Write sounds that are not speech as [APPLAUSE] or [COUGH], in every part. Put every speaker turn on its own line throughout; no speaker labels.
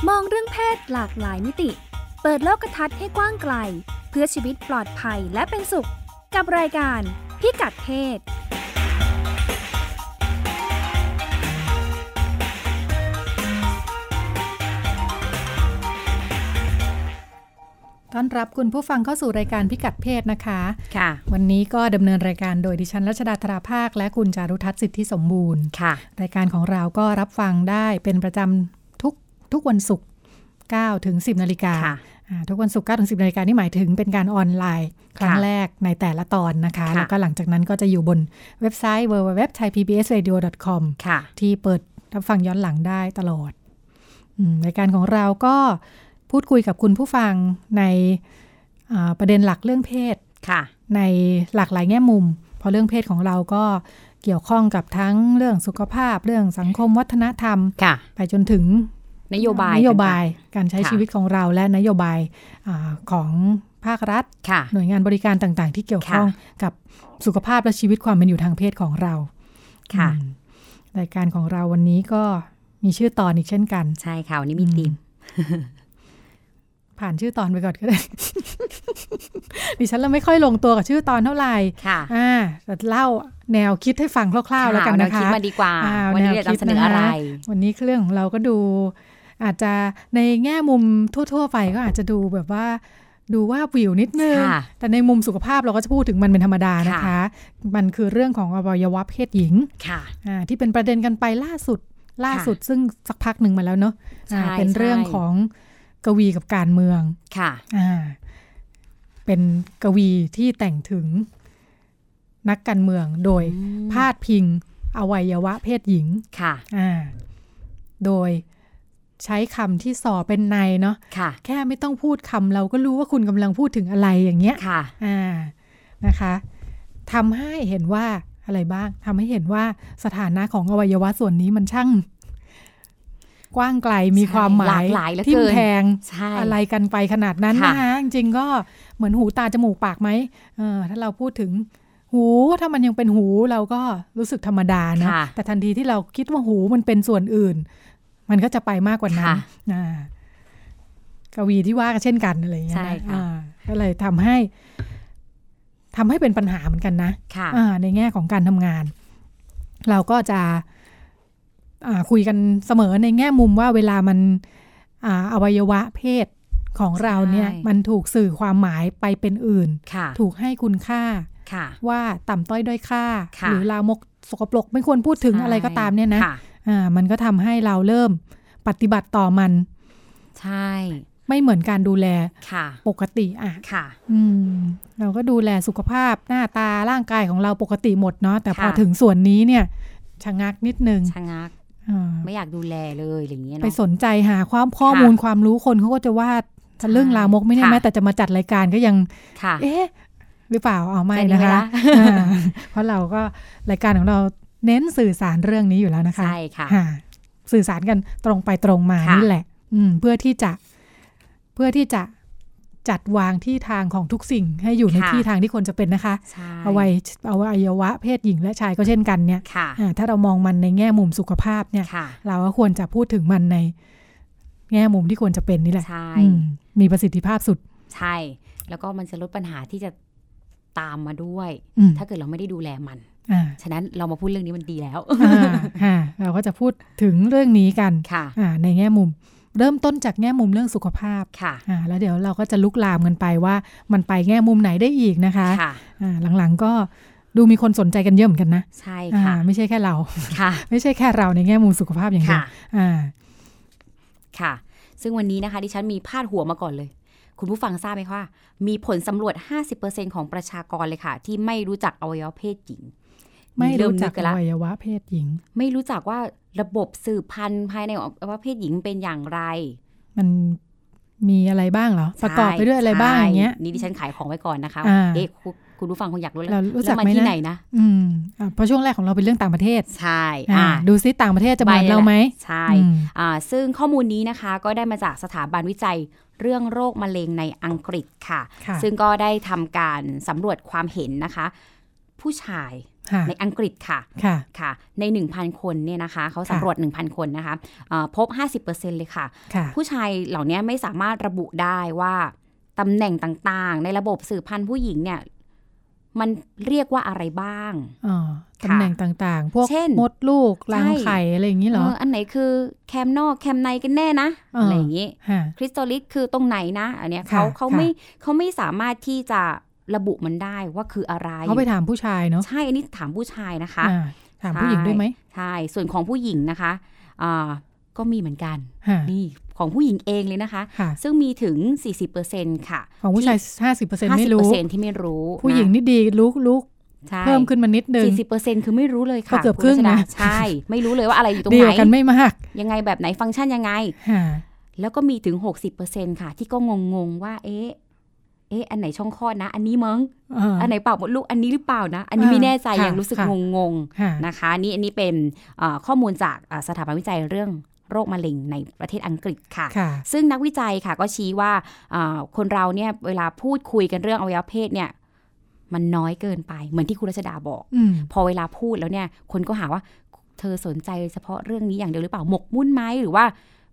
ศหลากหลายมิติ เปิดโลกทัศน์ให้กว้างไกล เพื่อชีวิตปลอดภัยและเป็นสุข กับรายการพิกัดเพศ
ต้อนรับคุณผู้ฟังเข้าสู่รายการพิกัดเพศนะคะ
ค่ะ
วันนี้ก็ดำเนินรายการโดยดิฉันรัชดาธราภาค และคุณจารุทัศน์สิทธิสมบูรณ์
ค่ะ
รายการของเราก็รับฟังได้เป็นประจำทุกทุกวันศุกร์9ถึง10นาฬิกา
ค่ะ
อ่าทุกวันศุกร์9ถึง10นาฬิกานี่หมายถึงเป็นการออนไลน์ ครั้ง
ค่ะ
แรกในแต่ละตอนนะคะ
ค่ะ
แล้วก็หลังจากนั้นก็จะอยู่บนเว็บไซต์ www.thaipbsradio.com
ค่ะ
ที่เปิดรับฟังย้อนหลังได้ตลอดอืมรายการของเราก็พูดคุยกับคุณผู้ฟังในอ่าประเด็นหลักเรื่องเพศ
ค่ะ
ในหลากหลายแง่มุม เพราะเรื่องเพศของเราก็เกี่ยวข้องกับทั้งเรื่องสุขภาพ เรื่องสังคมวัฒนธรรม
ค่ะ
ไปจนถึง
นโยบาย
นโยบา
ต่
ยการใช้
ค่ะ
ชีวิตของเราและนโยบายอาของภาครัฐ
งๆค่ะ
หน่วยงานบริการต่างๆ ที่เกี่ยวข้องกับสุขภาพและชีวิตความเป็นอยู่ทางเพศของเรา
ค่ะ
อืมรายการของเราวันนี้ก็มีชื่อตอนอีกเช่นกัน
ใช่ค่ะ วันนี้มีธีม
ผ่านชื่อตอนไปก่อน
[LAUGHS]
ก็ได้ ดิฉันเราไม่ค่อยลงตัวกับชื่อตอนเท่าไหร่
ค่ะ
อ่าแต่เล่าแนวคิดให้ฟังคร่าวๆแล้วกัน
เรา
นะ
คิด
คะ
มาดีกว่า
อ่า
วันนี้
แนว
เราจะนำเสนอ
คิดนะคะ
อะไร
วันนี้เรื่องของเราก็ดู อาจจะในแง่มุมทั่วๆไปก็อาจจะดูแบบว่า ดูว่าบวิวนิดนึง
ค่ะ
แต่ในมุมสุขภาพเราก็จะพูดถึงมันเป็นธรรมดานะคะ
ค่ะ
มันคือเรื่องของอวัยวะเพศหญิง
ค่ะ
อ่าที่เป็นประเด็นกันไปล่าสุดล่าสุดซึ่งสักพักหนึ่งมาแล้วเนาะอ่า
ใช่
เป็นเรื่อง
ใช่
ของกวีกับการเมือง
ค่ะ
อ่าเป็นกวีที่แต่งถึงนักการเมืองโดยพาดพิงอวัยวะเพศหญิง
ค่ะ
อ่าโดยใช้คำที่ส่อเป็นในเนาะ
ค่ะ
แค่ไม่ต้องพูดคำเราก็รู้ว่าคุณกำลังพูดถึงอะไรอย่างเงี้ย
ค่ะ
อ่านะคะทำให้เห็นว่าอะไรบ้างทำให้เห็นว่าสถานะของอวัยวะส่วนนี้มันช่าง กว้างไกลมี
ใช่
ความหมาย
หลากหลายเหลือ
ทิ่
เกิ
ม
น
แทง
ใช่
อะไรกันไปขนาดนั้น
ค่ะ
นะคะจริงๆก็เหมือนหูตาจมูกปากไหมเออถ้าเราพูดถึงหูถ้ามันยังเป็นหูเราก็รู้สึกธรรมดานะ
ค่ะ
แต่ทันทีที่เราคิดว่าหูมันเป็นส่วนอื่น มันก็จะไปมากกว่านั้น
ค่ะ
อ่ากวีที่ว่าก็เช่นกันอะไรอย่างเงี้ย
ใช่
นะ
ค่ะ
อ่าก็เลยทำให้ทำให้เป็นปัญหาเหมือนกันนะ
ค่ะ
อ่าในแง่ของการทำงาน เราก็จะอ่าคุยกันเสมอในแง่มุมว่าเวลามันอ่าอวัยวะเพศของเราเนี่ย
ใช่
มันถูกสื่อความหมายไปเป็นอื่น
ค่ะ
ถูกให้คุณค่า
ค่ะ
ว่าต่ำต้อยด้อยค่า
ค่ะ
หรือลามกสกปรกไม่ควรพูดถึงอะไรก็ตามเนี่ยนะ
ค่ะ
อ่ามันก็ทำให้เราเริ่มปฏิบัติต่อมัน
ใช่
ไม่เหมือนการดูแล
ค่ะ
ปกติอ่ะ
ค่ะ
อืมเราก็ดูแลสุขภาพหน้าตาร่างกายของเราปกติหมดเนาะแต่พอ
ค่ะ
ถึงส่วนนี้เนี่ยชะงักนิดนึง
ชะงัก
อ่า
ไม่อยากดูแลเลยอย่างเงี้ย
ไป
เนาะ
สนใจหาความข้อมูลความรู้คนเขาก็จะว่าทะลึ่งลามกไม่แน่
ค่ะ
แม้แต่จะมาจัดรายการก็ยัง
ค่ะ
เอ๊ะ หรือเปล่าเอาไม่
ใจดี
นะ
ไหม
คะ
ล่
อ่า [LAUGHS] เพราะเราก็รายการของเราเน้นสื่อสารเรื่องนี้อยู่แล้วนะคะ
ใช่ค่ะ
ค่ะสื่อสารกันตรงไปตรงมา
ค่ะ
นี่แหละ อืม เพื่อที่จะเพื่อที่จะจัดวางที่ทางของทุกสิ่งให้อยู่ใน
ค่ะ
ที่ทางที่ควรจะเป็นนะคะ
ใช่
เอาไว้เอาอวัยวะเพศหญิงและชายก็เช่นกันเนี่ย
ค่ะ
อ่าถ้าเรามองมันในแง่มุมสุขภาพเนี่ย
ค่ะ
เราก็ควรจะพูดถึงมันในแง่มุมที่ควรจะเป็นนี่แหละ
ใช่
อืมมีประสิทธิภาพสุด
ใช่ แล้วก็มันจะลดปัญหาที่จะตามมาด้วย
อืม
ถ้าเกิดเราไม่ได้ดูแลมัน
อ่า
ฉะนั้นเรามาพูดเรื่องนี้มันดีแล้ว
อ่าค่ะเราก็จะพูดถึงเรื่องนี้กัน
ค่ะ
อ่าในแง่มุม เริ่มต้นจากแง่มุมเรื่องสุขภาพ
ค่ะ
อ่าแล้วเดี๋ยวเราก็จะลุกลามกันไปว่ามันไปแง่มุมไหนได้อีกนะคะ
ค่ะ
อ่าหลังๆก็ดูมีคนสนใจกันเยอะเหมือนกันนะ
ใช่
อ่า
ค่ะ
ไม่ใช่แค่เรา
ค่ะ
ไม่ใช่แค่เราในแง่มุมสุขภาพอย่างเดีย
ค่ะ
วอ่า
ค่ะ ซึ่งวันนี้นะคะดิฉันมีพาดหัวมาก่อนเลย คุณผู้ฟังทราบไหมว่า มีผลสำรวจ 50%ของประชากรเลยค่ะ ที่ไม่รู้จักอวัยวะเพศหญิง
ไม่
เ
รู้จัก
นึกัน
อ
ละ
วัยวะเพศหญิง
ไม่รู้จักว่าระบบสืบพันธุ์ภายในอวัยวะเพศหญิงเป็นอย่างไร
มันมีอะไรบ้างเหรอ ประกอบไปด้วยอะไรบ้าง
ใช่
อย่างเงี้ย
นี่ดิฉันขายของไว้ก่อนนะคะ
อ่า
เอ๊ะคุณคุณผู้ฟังคงอยากรู้แล้ว
เรารู้จัก
แล้วมา
ไหม
ที่
นะ
ไหนนะ
อืมอ่ะเพราะช่วงแรกของเราเป็นเรื่องต่างประเทศ
ใช่
อ่า
อ่า
ดูซิต่างประเทศจะเหมือน
ไปเลย
เราไหม
ใช่
อืม
อ่าซึ่งข้อมูลนี้นะคะก็ได้มาจากสถาบันวิจัยเรื่องโรคมะเร็งในอังกฤษค่ะ
ค่ะ
ซึ่งก็ได้ทำการสำรวจความเห็นนะคะ ผู้ชาย
ค่ะ
ในอังกฤษค่ะ
ค่ะ
ค่ะ ใน 1,000 คนเนี่ยนะคะ เขา
ค่ะ
สำรวจ 1,000 คนนะคะเอ่อพบ 50%เลยค่ะ
ค่ะ
ผู้ชายเหล่านี้ไม่สามารถระบุได้ว่าตำแหน่งต่างๆ ในระบบสืบพันธุ์ผู้หญิงเนี่ย มันเรียกว่าอะไรบ้าง
อ่า
ค่ะ
ตำแหน่งต่างๆ พวก
เช่น
มดลูกรัง
ใช่
ไข่อะไรอย่างนี้เหรอ
เอออันไหนคือแคมนอกแคมในกันแน่นะ
เอออ
อะไรอย่างนี้
ฮะ
คริสโตลิสคือตรงไหนนะ อันเนี้ยเขา
ค่ะ
เขา
ค่ะ
ไม่เขาไม่สามารถที่จะระบุมันได้ว่าคืออะไร
เขาไปถามผู้ชายเนาะ
ใช่ อันนี้ถามผู้ชายนะคะ
อ่าถามผู้หญิงด้วยไหม
ใช่ ส่วนของผู้หญิงนะคะอ่าก็มีเหมือนกัน
ฮะ
นี่ของผู้หญิงเองเลยนะคะ
ค่ะ
ซึ่งมีถึง 40%ค่ะ
ของผู้ชาย 50%ไม่รู้
50%ที่ไม่รู้
ผู้หญิงนี่ดีรู้รู้
ใช่
เพิ่มขึ้นมานิดนึง
40%คือไม่รู้เลยค่ะ
ก็เกือบค
ณรัชดา
รึ่งนะ
ใช่ ไม่รู้เลยว่าอะไรอยู่ตรง
ดี
ไห
ก
น
ว่ากันไม่มาก
ยังไงแบบไหนฟังก์ชันยังไง
ฮะ
แล้วก็มีถึง 60%ค่ะ ที่ก็งงๆว่า เอ๊ะ เอ๊ะ อันไหนช่องคลอดนะ อันนี้มั้ง
อ่า
อันไหนปากมดลูก อันนี้หรือเปล่านะ อันนี้ไม่แน่ใจ
อ่าค่ะ
ยังรู้สึก
ค่ะ
งงๆ
ฮะ
นะคะนี่อันนี้เป็นเอ่อข้อมูลจากอ่าสถาบันวิจัยเรื่องโรคมะเร็งในประเทศอังกฤษค่ะ
ค่ะ
ซึ่งนักวิจัยค่ะก็ชี้ว่าอ่าคนเราเนี่ยเวลาพูดคุยกันเรื่องอวัยวะเพศเนี่ยมันน้อยเกินไปเหมือนที่คุณรัชดาบอก
อืม
พอเวลาพูดแล้วเนี่ยคนก็หาว่าเธอสนใจเฉพาะเรื่องนี้อย่างเดียวหรือเปล่าหมกมุ่นไหมหรือว่า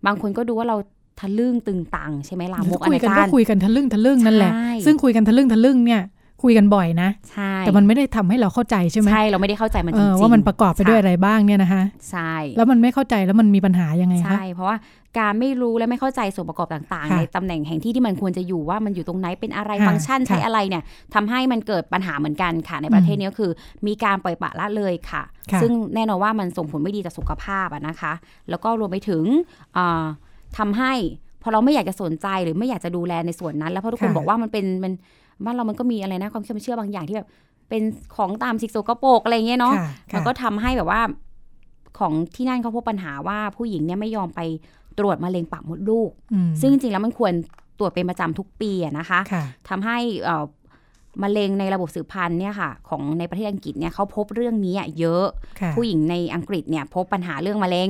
บางคนก็ดูว่าเราทะลึ่งตึงตังใช่ไหมล่ะหมกอ
คุย
นา
กัน
จา
ก็
รย์
คุยกันทะลึ่งทะลึ่งนั่นแหละ
ใช่
ซึ่งคุยกันทะลึ่งทะลึ่งเนี่ย คุยกันบ่อยนะ
ใช่
แต่มันไม่ได้ทำให้เราเข้าใจใช่ไหม
ใช่เราไม่ได้เข้าใจมันจ
เอ
ริง
อ
ๆ
ว่ามันประกอบไปด้วยอะไรบ้างเนี่ยนะคะ
ใช่
แล้วมันไม่เข้าใจแล้วมันมีปัญหายังไงคะ
ใช่ เพราะว่าการไม่รู้และไม่เข้าใจส่วนประกอบต่าง ๆ
ค่ะ
ในตำแหน่งแห่งที่ที่มันควรจะอยู่ว่ามันอยู่ตรงไหนเป็นอะไร
ค่ะ
ฟังก์ชันใช้
ค่ะ
อะไรเนี่ยทำให้มันเกิดปัญหาเหมือนกันค่ะ ในประเทศนี้ก็คือ มีการปล่อยปละละเลยค่ะ
ค่ะ
ซึ่งแน่นอนว่ามันส่งผลไม่ดีต่อสุขภาพอะนะคะ แล้วก็รวมไปถึงเอ่อทำให้พอเราไม่อยากจะสนใจหรือไม่อยากจะดูแลในส่วนนั้น แล้วเพราะทุกคน
ค่ะ
บอกว่ามันเป็นมันบ้านเรามันก็มีอะไรนะความเชื่อเชื่อบางอย่างที่แบบเป็นของตามสิกโซกโปรกอะไรอย่างเงี้ยเนาะ
ค่ะ
มัน
ค่ะ
ก็ทำให้แบบว่าของที่นั่นเขาพบปัญหาว่าผู้หญิงเนี่ยไม่ยอมไปตรวจมะเร็งปากมดลูก
อืม
ซึ่งจริงๆแล้วมันควรตรวจเป็นประจำทุกปีอะนะคะ
ค่ะ
ทำให้เอ่อมะเร็งในระบบสืบพันธุ์เนี่ยค่ะ ของในประเทศอังกฤษเนี่ยเขาพบเรื่องนี้อะเยอะ
ค่ะ
ผู้หญิงในอังกฤษเนี่ยพบปัญหาเรื่องมะเร็ง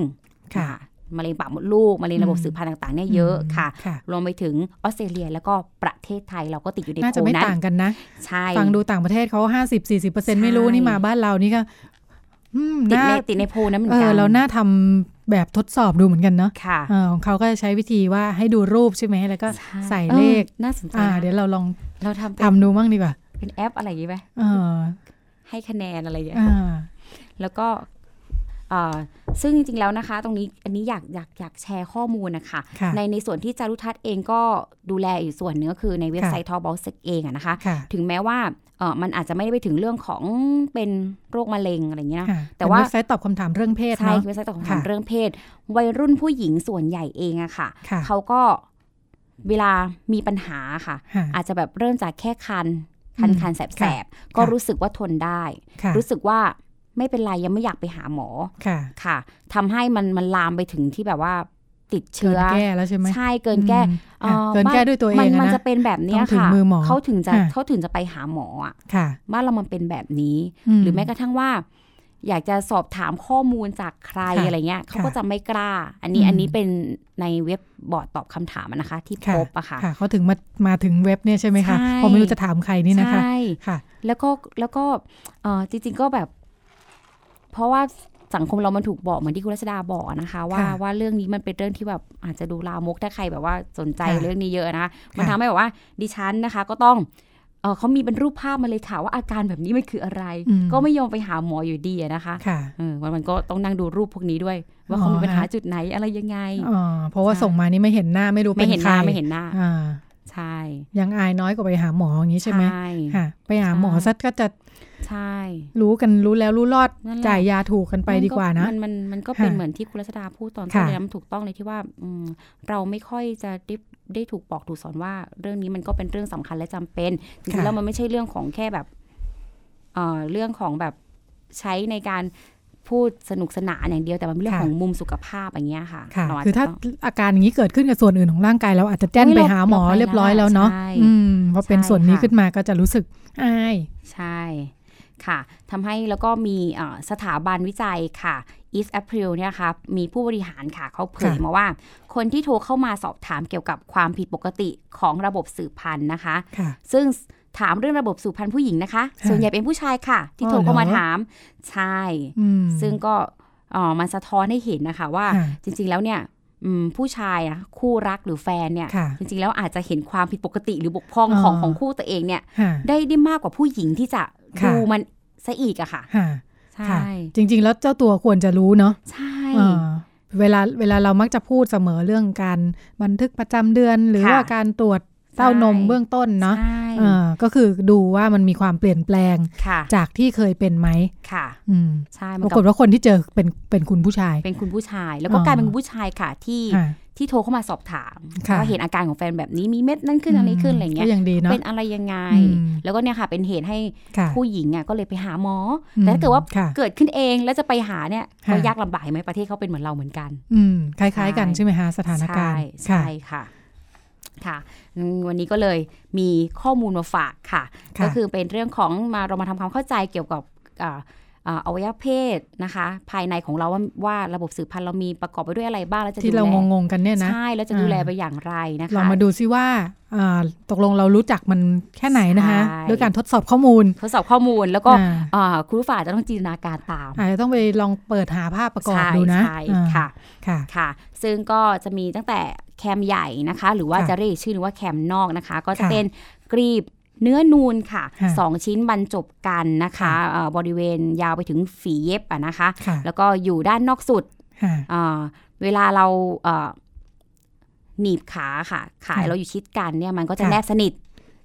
ค่ะ
มะเร็งปากมดลูกมะเร็งระบบสืบพันธุ์ต่างๆเนี่ยเยอะค่ะ
ค่ะ
รวมไปถึงออสเตรเลียแล้วก็ประเทศไทยเราก็ติดอยู่ใน
น่า
โค
จะไม่
นั้น
ต่างกันนะ
ใช่
ฟังดูต่างประเทศเขาห้าสิบสี่สิบเปอร์เซ็นต์ไม่รู้
ใช่
นี่มาบ้านเรานี่ก็อืม
ติด
น่า
ในติดในโพลนั้นเหมือ
เอน
กั
อนเราน่าทำแบบทดสอบดูเหมือนกันเนาะ
ค่ะ
เออของเขาก็จะใช้วิธีว่าให้ดูรูปใช่ไหมแล้วก็
ช่
ใส่
ออ
เลข
น่าสนใจ
อ่า
นะ
เดี๋ยวเราลอง
เราทำเป็น
ทำดูมั่งดีกว่า
เป็นแอปอะไรอย่างงี้ไหม
เออ
ให้คะแนนอะไรอย่างเงี้ย
อ่า
แล้วก็เอ่อซึ่งจริงๆแล้วนะคะ ตรงนี้อันนี้อยากอยากอยากแชร์ข้อมูลนะคะ
ค่ะ
ในในส่วนที่จารุทัศน์เองก็ดูแลอยู่ส่วนเนื้ก็คือในเว็บไซต์ทอบอลเซกเองอะนะคะ
ค่ะ
ถึงแม้ว่าเอ่อมันอาจจะไม่ได้ไปถึงเรื่องของเป็นโรคมะเร็งอะไรอย่างเงี้ยนะ
ค่ะ
แต่ว่า
เป็นเว็บไซต์ตอบคำถามเรื่องเพศ
ใช่
เนาะ
เว็บไซต์ตอบคำถาม
ค่ะ
เรื่องเพศ วัยรุ่นผู้หญิงส่วนใหญ่เองอะค่ะ
ค่ะ
เขาก็เวลามีปัญหาค่ะ
ค่ะ
อาจจะแบบเริ่มจากแค่คัน คัน
อืม
คันแสบแส
ค่ะ
บก็
ค่ะ
รู้สึกว่าทนได้
ค่ะ
รู้สึกว่าไม่เป็นไรยังไม่อยากไปหาหมอ
ค่ะ
ค่ะทำให้มันมันลามไปถึงที่แบบว่าติด
เกิ
เชื้
น
อ
แก้แล้วใช่ไหม
ใช่เกินแก้
อืม
อ่
ค่ะ
อ
เกินแก้ด้วยตัวเอง
มัน
อะ
มัน
นะ
จะเป็นแบบเนี้ย
ต้องถึง
ค่ะ
มือหมอ
เขาถึงจะ
ค่ะ
เขาถึงจะไปหาหมออ่ะ
ค่ะ
บ้านเรามันเป็นแบบนี้
ม
หรือแม้กระทั่งว่า อยากจะสอบถามข้อมูลจากใคร
ค่ะ
อะไรเงี้ยเขาก็
ค่ะ
จะไม่กล้า อันนี้
อืม
อันนี้เป็นในเว็บบอร์ดตอบคำถามอะนะคะ ที่พบอะค่ะ
ค่ะเขาถึงมามาถึงเว็บเนี่ยใช่ไหมคะ
ใช่
พอไม่รู้จะถามใครนี่นะคะ
ใช่
ค่ะ
แล้วก็แล้วก็เอ่อจริง ๆก็แบบ เพราะว่าสังคมเรามันถูกบอกเหมือนที่คุณรัชดาบอกนะคะ ว่า
ค่ะ
ว่าเรื่องนี้มันเป็นเรื่องที่แบบอาจจะดูลามกถ้าใครแบบว่าสนใจ
ค่ะ
เรื่องนี้เยอะนะคะมัน
ค่ะ
ทำให้แบบว่าดิฉันนะคะ ก็ต้องเอ่อเขามีเป็นรูปภาพมาเลยค่ะว่าอาการแบบนี้มันคืออะไร
อืม
ก็ไม่ยอมไปหาหมออยู่ดีอะนะคะ
ค่ะ
เออวันมันก็ต้องนั่งดูรูปพวกนี้ด้วย ว่า
อ๋อ
เขามีปัญหาจุดไหนอะไรยังไง
อ๋อเพราะว่า
ใช่
ส่งมานี่ไม่เห็นหน้าไม่รู้
ไม่
เป็น
เห็นห
ใคร
น้าไม่เห็นหน้า
อ่า
ใช่
ยังอายน้อยกว่าไปหาหมออย่างนี้ใช่ไหมค่ะ ไปหาหมอซะก็จะ
ใช่
รู้กันรู้แล้วรู้รอด
นั่นแหละ
จ่ายยาถูกกันไปดีกว่านะ
มันมันมันก็เป็น
ค่ะ
เหมือนที่คุณรัชดาพูดตอนต้น
ค่ะ
เลยนะมันถูกต้องเลยที่ว่าอืมเราไม่ค่อยจะได้ได้ถูกบอกถูกสอนว่า เรื่องนี้มันก็เป็นเรื่องสำคัญและจำเป็นจริงๆแล้วมันไม่ใช่เรื่องของแค่แบบเอ่อเรื่องของแบบใช้ในการพูดสนุกสนานอย่างเดียวแต่มันเป็นเรื่องของมุมสุขภาพอย่างเงี้ยค่ะ
ค่ะ
เรจ
คือถ้า
จะต้ง
อาการอย่างนี้เกิดขึ้นกับส่วนอื่นของร่างกายเราอาจจะแจ้ง
เฮ้ย
ไป
เรา
หาหมอ
เราไป
เรียบร้อยแล้วเนาะ
ใช่
อืมพอเป็น
ใช่
ส่วนนี้
ค่ะ
ขึ้นมาก็จะรู้สึกอาย
ใช่ค่ะทำให้แล้วก็มีเอ่อสถาบันวิจัยค่ะ East April เนี่ยนะคะมีผู้บริหารค่ะเขาเผยมาว่า คนที่โทรเข้ามาสอบถามเกี่ยวกับความผิดปกติของระบบสืบพันธุ์นะคะ
ค่ะ
ซึ่ง ถามเรื่องระบบสูบพันธุ์ผู้หญิงนะคะ
ค่ะ
ส่วนใหญ่เป็นผู้ชายค่ะ ที่โทรเข้ามาถาม ใช่
อืม
ซึ่งก็เอ่อมันสะท้อนให้เห็นนะคะว่า
ค่ะ
จริงๆแล้วเนี่ยอืมผู้ชายอะคู่รักหรือแฟนเนี่ย
ค่ะ
จริงๆแล้วอาจจะเห็นความผิดปกติหรือบกพร่องของ
อ่า
ของคู่ตัวเองเนี่ย
ค่ะ
ได้ได้มากกว่าผู้หญิงที่จะ
ค่ะ
ดูมันซะอีกอะค่ะ
ค่ะ
ใช่
ค่ะ จริง ๆ แล้วเจ้าตัวควรจะรู้เนาะ
ใช่
เออเวลาเวลาเรามักจะพูดเสมอเรื่องการบันทึกประจำเดือน หรือว่าการตรวจเต้านมเบื้องต้นเนาะ
ใช่
เออก็คือดูว่ามันมีความเปลี่ยนแปลง
ค่ะ
จากที่เคยเป็นไหม
ค่ะ
อืม
ใช่
ป
มัน
ราก
ก็
ฏว่าคนที่เจอเป็นเป็นคุณผู้ชาย
เป็นคุณผู้ชาย แล้วก็
อ่าก ก
ลายเป็นคุณผู้ชายค่ะที่
ค่ะ
ที่โทรเข้ามาสอบถาม
ค่ะ
ว่าเห็นอาการของแฟนแบบนี้มีเม็ดนั่นขึ้นอะไรขึ้นอะไรเงี้ย
ก็ยังดีเนาะ
เป็นอะไรยังไง
อืม
แล้วก็เนี่ยค่ะเป็นเหตุให้
ค่ะ
ผู้หญิงอ่ะก็เลยไปหาหมออ
อืม
แต่ถ้าเกิดว่า
ค่ะ
เกิดขึ้นเองแล้วจะไปหาเนี่ยก็
ค่ะ
ยากลำบากไหมประเทศเขาเป็นเหมือนเราเหมือนกัน
อืมคล้ายๆกัน
ใช่
ใช่ไหมคะสถานการณ์
ใช่
ค่ะ
ใช่ค่ะ ค่ะอืมวันนี้ก็เลยมีข้อมูลมาฝากค่ะ
ค่ะ
ก็คือเป็นเรื่องของมาเรามาทำความเข้าใจเกี่ยวกับอ่าอ่าอวัยวะเพศนะคะ ภายในของเราว่าว่าระบบสืบพันธุ์เรามีประกอบไปด้วยอะไรบ้างแล้วจะ
ที่
ดู
เรา
แล
งงๆกันเนี่ยนะ
ใช่แล้วจะดูแล
อ่า
ไปอย่างไรนะคะ
ลองมาดูซิว่าอ่าตกลงเรารู้จักมันแค่ไหนนะคะ
ใช่
ด้วยการทดสอบข้อมูล
ทดสอบข้อมูลแล้วก็
อ่า
อ่าคุณผู้ฝ่ายจะต้องจินตนาการตาม
อาจจะต้องไปลองเปิดหาภาพประกอบ
ใช่
ดูนะ
ใช่
อ่า
ค่ะ
ค่ะ
ค่ะ ซึ่งก็จะมีตั้งแต่แคมใหญ่นะคะ หรือว่า
ค่ะ
จะเรียกอีกชื่อหนึงว่าแคมนอกนะคะ ก็จะ
ค่ะ
เป็นกรีบเนื้อนูนค่ะ
ค่ะ
สองชิ้นบรรจบกันนะคะ
ค่ะ
เอ่อบริเวณยาวไปถึงฝีเย็บอะนะคะ
ค่ะ
แล้วก็อยู่ด้านนอกสุด
ค่ะ
เอ่อเวลาเราเอ่อหนีบขาค่ะ ขา
ค่ะ
เราอยู่ชิดกันเนี่ยมันก็จะ
ค่ะ
แนบสนิท